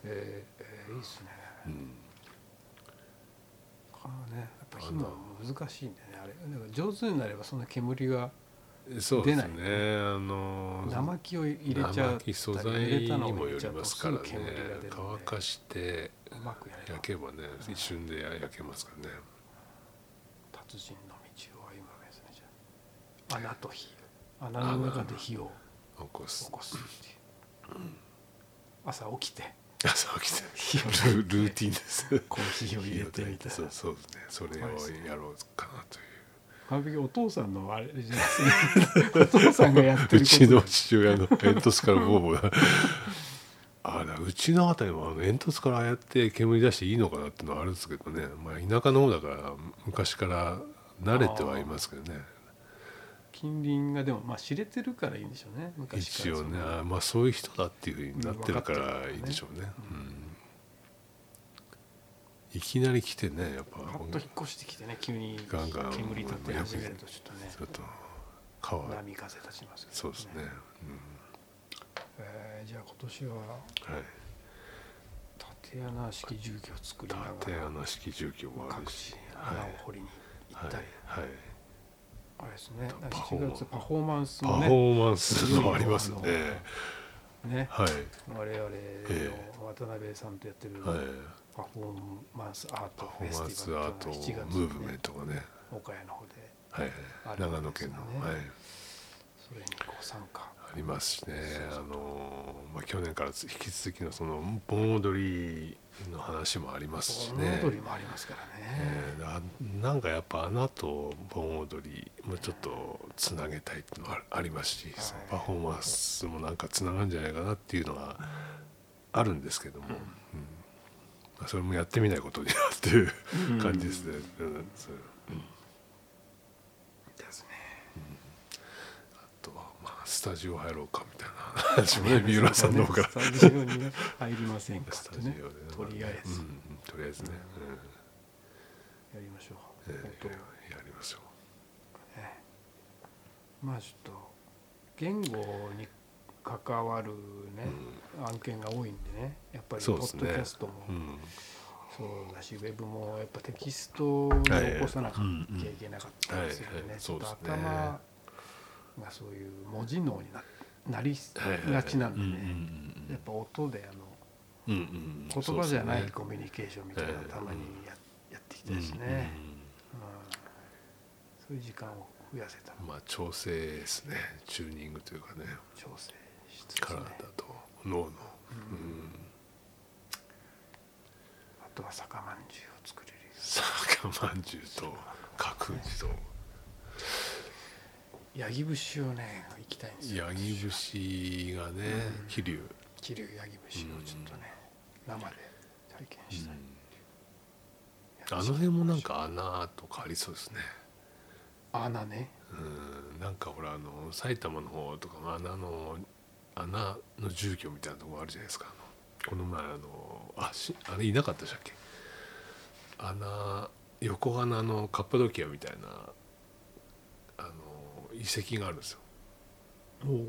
えーえーいいですねうん、このねやっぱ火も難しいんでねあれだから上手になればそんな煙がそうですね出あの生木を入れちゃう生木素材にもよりますからね乾かしてうまくやれば焼けばね一瞬で焼けますからね達人の道を歩むわけですねじゃ穴と火穴の中で火を起こす起こすっていう朝起きて朝起きて 火をルルーティンですコーヒーを入れてみたいそうなそうですねそれをやろうかなという完璧にお父さんのあれじゃないですか お父さんがやってうるちこの父親の煙突からボーボーがあらうちのあたりもあの煙突からああやって煙出していいのかなってのはあるんですけどね、まあ、田舎の方だから昔から慣れてはいますけどねと近隣がでもまあ知れてるからいいんでしょうね昔か一ら応ねそのあまあそういう人だっていうふうになってるうん分かかってらるいいでしょうね、うんいきなり来てねやっぱパッと引っ越してきてね急にガンガン煙立て始めるとちょっとねちょっと変わ波風立ちますよそうですね、えーじゃあ今年はうん、はい縦穴式住居を作りなが縦ら穴式住居もある各し地に穴を掘りに行はっいたり、はいあれですねパフォー7月パフォーマンスパもフねォーマンスもありますね。ねはい。我々えの渡辺さんとやってるはい。パフォーマンスアーパトフフェォーマンステスィアバールというトのが7月ムにーブメントがね。岡谷の方ではい。ある長わけで野す県よねの、はい。それにこう参加ありますしね。あのーまあ去年から引き続きのその盆踊りの話もありますしね。盆踊りもありますからね、えーななんかやっぱ穴と盆踊りもちょっとつなげたいっていうのはありますし、いそのパフォーマンスもなんかつながるんじゃないかなっていうのがあるんですけども、うんまあそれもやってみないことになっていううん感じですね。うんそうですねあとはまあスタジオ入ろうかみたいな話もね三浦さんの方から。スタジオにね入りませんかスっタてジオねでねとりあえずうんうんとりあえずね、やりましょうう、んえー本当ねやりましょう。まあちょっと言語に関わるね、案件が多いんでねやっぱりポそうッですねドキャストもうんそうだしウェブもやっぱテキストを残さなきゃいけなかったりするはいんではいはねいちょっとそうですね頭がそういう文字脳にななりはいはいがちなんでうんうんねうんうんやっぱ音であのうんうん言葉じゃなそういですねコミュニケーションみたいなのをたまにややっていきたいですうんうんね、うんそういう時間を増やせたらうんまあ調整ですねチューニングというかね調整しつつね体と脳の、うんあとは酒まんじゅうを作れる酒まんじゅうと角打ちとヤギ節をね行きたいんですよヤギ節がねうん桐生、桐生ヤギ節をちょっとね、生で体験したい、あの辺もなんか穴とかありそうですね穴ねうんなんかほらあの埼玉の方とかも穴の穴の住居みたいなとこあるじゃないですかあのこの前あのあしあれいなかったでしたっけ穴横穴のカッパドキアみたいなあの遺跡があるんですよおお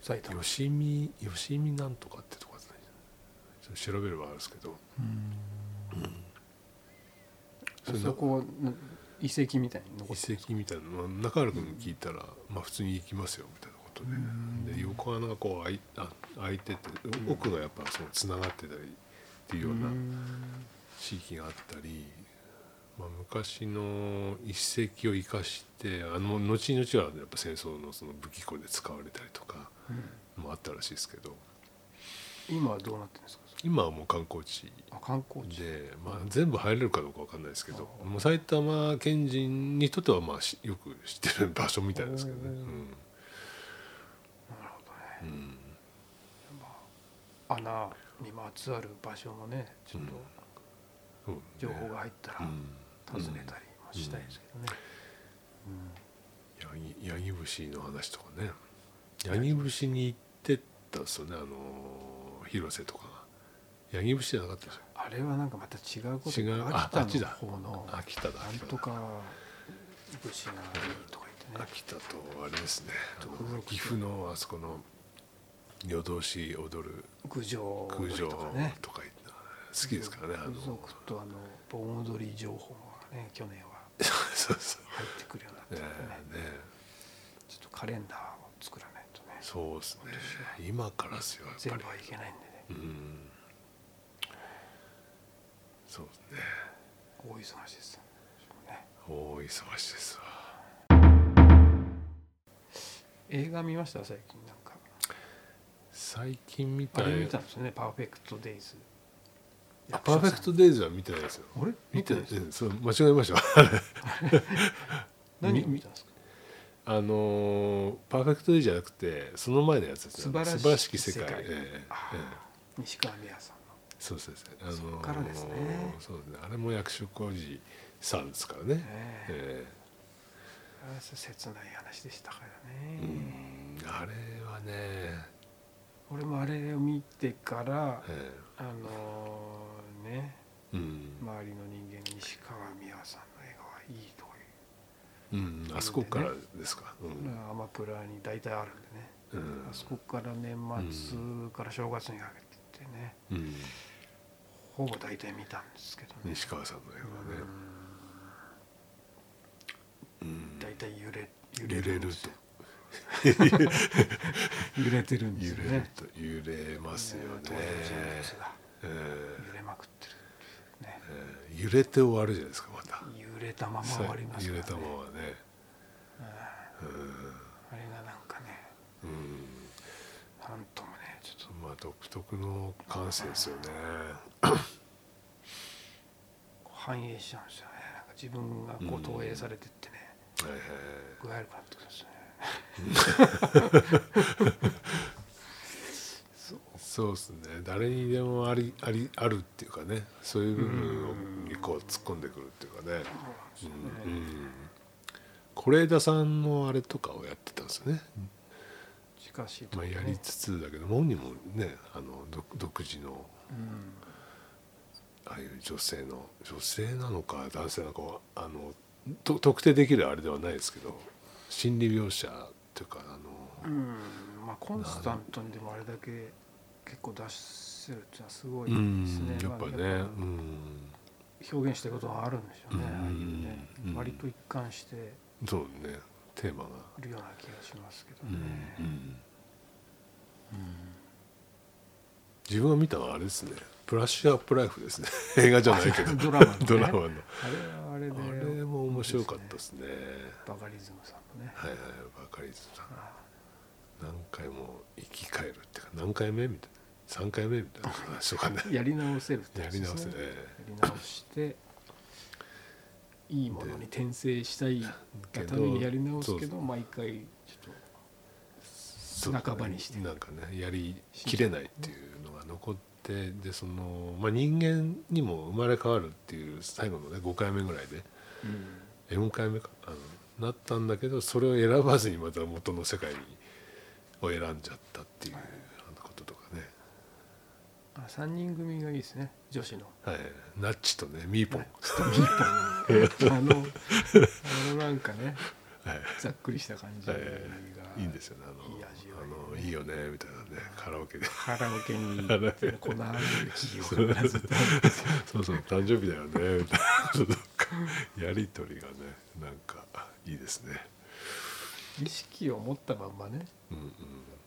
埼玉吉見吉見なんとかってとこですねちょっと調べればあるんですけどそれそこはな遺跡みたいに残って遺跡みたいなのまあ中原君に聞いたら、まあ普通に行きますよみたいなことで,、で横穴がこう開いあ開いてて奥がやっぱそうつながってたりっていうような地域があったり、まあ、昔の一石を生かしてあの後々はやっぱ戦争のその武器庫で使われたりとかもあったらしいですけど今はどうなってるんですか今はもう観光地あ観光地で、まあ、全部入れるかどうかわかんないですけどもう埼玉県人にとってはまあしよく知ってる場所みたいですけどね。おーうんなるほどうね、ん穴にまつわる場所もねちょっとそうね情報が入ったらうん訪ねたりもしたいですけどね、ヤギヤギ節の話とかねヤギ節に行ってったんですよねあのー広瀬とかがヤギ節じゃなかったでしあれはなんかまた違うこと違うあ秋田の方のょ秋田だなん秋と田かだ節がいいとか言ってね秋田とあれですねあのどこだっけ岐阜のあそこの夜通し踊る郡上空踊場りとかねとか行った好きですからねあの風そう俗とあの盆踊り情報がね去年はそうそう入ってくるようねになってねえねえちょっとカレンダーを作らないとねそうですね今からですよやっぱ全り部はいけないんでねうんそうですね大忙しです、ね、大忙しですわ映画見ました最近なんか最近見たあれ見いたんですよね「パーフェクト・デイズ」あパーフェクト・デイズは見てないですよあれ見見ててなないいですうんそう間違えました何を見たんですかあのーパーフェクト・デイズじゃなくてその前のやつですよね素素晴晴ららししきき世世界界ええあえーえ西川美也さんのそうそうそう、そっからですねそうですねあれも役所広司さんですからね、ねええあれ切ない話でしたからえね、うんあれはね、俺もあれを見てからえあのーねえうん周りの人間西川美也さんの映画はいいといううん、あそこからですか、のがアマプラに大体あるんでね、うんうんあそこから年末から正月にかけてね、うん、ほぼ大体見たんですけどね、西川さんの映画ね、うん、大体揺れ揺れんるですとよ 揺れてるんです揺よねれると揺れますよね登、場人物がええ揺れまくってる、ね、ええ揺れて終わるじゃないですかまた、揺れたまま終わります揺かられねたままねあれがなんかねうんなんともねちょっとまあ独特の感性ですよね。反映しちゃうんですよねなんか自分がこう投影されてってね、え具合悪くなってくるんですよねーそうですね。誰にでもありありあるっていうかね、そういう部分をにこう突っ込んでくるっていうかね。そうなんですうよねん。是枝さんのあれとかをやってたんですよね。近しいとまこあねやりつつだけど、本人もね、あの独独自のうんああいう女性の女性なのか男性なのかはあのと特定できるあれではないですけど、心理描写っていうかあの。うんまあコンスタントにでもあれだけ結構出せるっていうのはすごいうんですね、やっぱね、まあやっぱうん、表現したいことがあるんでしょうね、うんああいうね、うん割と一貫してそうねテーマが、るような気がしますけどうんね、うん自分が見たのはあれですねブラッシュアップライフですね 映画じゃないけど ドラマのねドラマのあれはあれであれも面白かったですねバカリズムさんのねはいはいバカリズムさん何回も生き返るっていうか何回目みたいな3回目みたいな話とかねやり直せるってややつりで直すせねねやり直していいものに転生したいがためにやり直すけけどど毎回ちょっそう半ばにしてなんかねやりきれないっていうのが残ってでその、まあ、人間にも生まれ変わるっていう最後のね5回目ぐらいでと、え4回目かあのなったんだけどそれを選ばずにまた元の世界にを選んじゃったっていうこととかね、あ3人組がいいですね女子の。 はい、ナッチとねミーポン、あのあのなんかねはいざっくりした感じがいいんですよねあのいい味わいあのいいよねみたいなねカラオケでカラオケにこのある企業がずっとあるんですよそうそう誕生日だよねみたいななんかやり取りがねなんかいいですね。意識を持ったまんま ねうん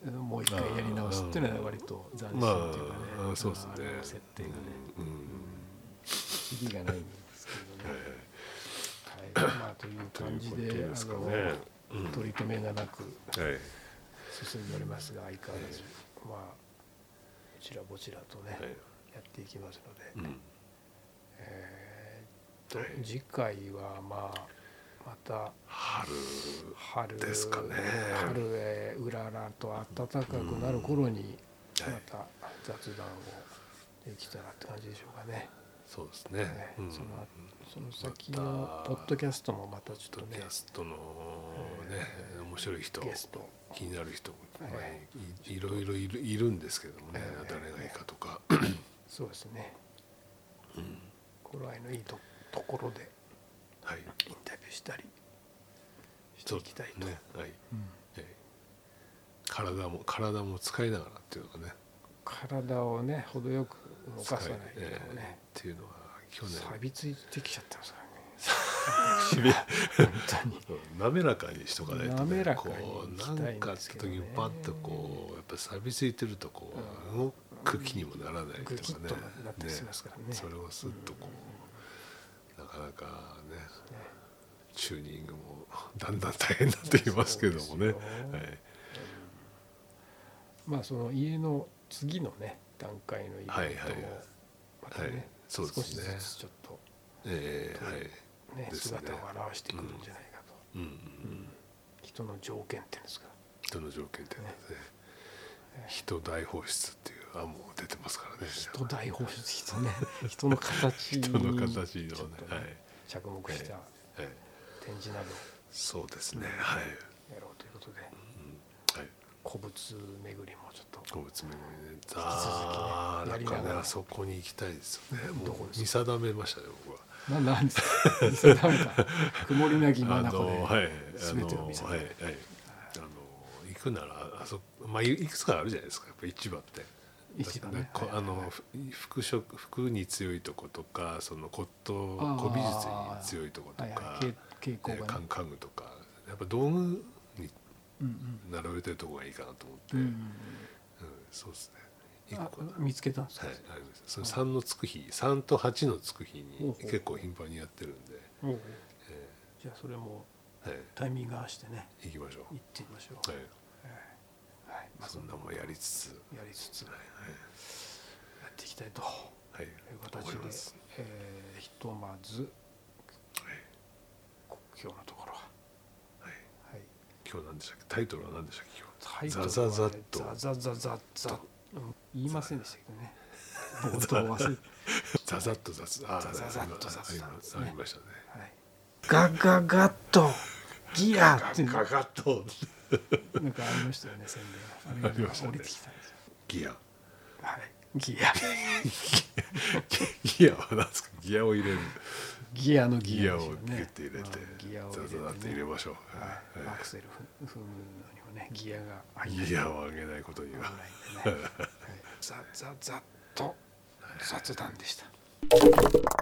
うんもう一回やり直すっていうのは割と斬新っていうかね、まあそうですねあの設定がね、うんうん意義がないんですけどね、えはいまあ、というえとい感うじことでですかね。あの取り留めがなくはい、進んでおりますが相変わらず、まあこちらぼちらとね、はいやっていきますので、うんえーとはい次回はまあまた春春ですかね春へうららと暖かくなる頃にうんはいまた雑談をできたらって感じでしょうかね。そうですね。ねうんそのその先のポッドキャストもまたちょっとねキャストのね、面白い人、ゲスト気になる人、まあえいいろいろいるいるんですけどもね、ええ誰がいいかとか、そうですね、頃合いのいいとところではい、インタビューしたりしていきたいと、ね、はい、うんええ体も体も使いながらっていうのがね、体をね程よく動かさない使とえええね、っていうのは去年錆びついてきちゃってますからね本当に滑らかにしとかないと、滑らかにこういきなたいんんかあでっすたけ時どねにパッとこうやっぱ錆びついてるとこう動く気にもならないとかグねキッとなったりしますからねそれをすっとこうなかなかねねチューニングもだんだん大変になってきますけどそもね。うですよはい まあその家の次のね段階のイベントもはいはいはいまたね、はいそうで少しすずねつちょっとえーはいねですね姿を現してくるんじゃないかと、うんうん、人の条件っていうんですか人の条件ってねね人大放出っていう案も出てますからね人大放出人ね 人の形に人の形ちょのっねとねはい、着目したはい、展示などそうですねはい、をやろうということでうんはい、古物巡りもちょっと動物巡りねねあーやなりんながらかねあそこに行きたいですよねどもこでうすか見定めましたね僕は。ななんですか見定めた曇りなぎまあなこで、のはいあ全のてを見定はいめはいあの行くならあそまあいいくつかあるじゃないですかやっぱ市場って。一番ねこはいあのふ服飾服に強いとことかその骨董あー古美術に強いとことはいかは、いけ、傾向ね、がカねンカングとかやっぱ道具にうん並べてるとこがいいかなと思って、うんううんうんんそうですねうん一あ個はい見つけたんですあか、りますその3のつく日3と8のつく日ほうにほう結構頻繁にやってるんで、おうえじゃあそれもーはい、タイミング合わせてね行きましょ行ってみましょうう、はい、はい、はいまあ、そそんんななもんやりつつやりつつやはいっていきたいとはい、はいいうと形思でいます、、えー、ひとまずはい国境のところは、はい、はい、今日何でしたっけタイトルは何でしたっけ今日タイトルザはザザッとザザザザザうん言いませんでしたけどね冒頭忘れてザザッと雑あーザザッと雑談ですねありましたねはいガガガッとギアってかかとなんかありましたよね宣伝があれありましたがね降りてきたんですよギア はいギアギアは何ですかギアを入れるギアのギギアアですをよギュッねて入うれてんギアをザ入れてねザザッと入れましょうはいはアクセルふ踏むのにもねギアがい入ギアを上げないことに危なはいんでね、はい、ザザザッと雑談でした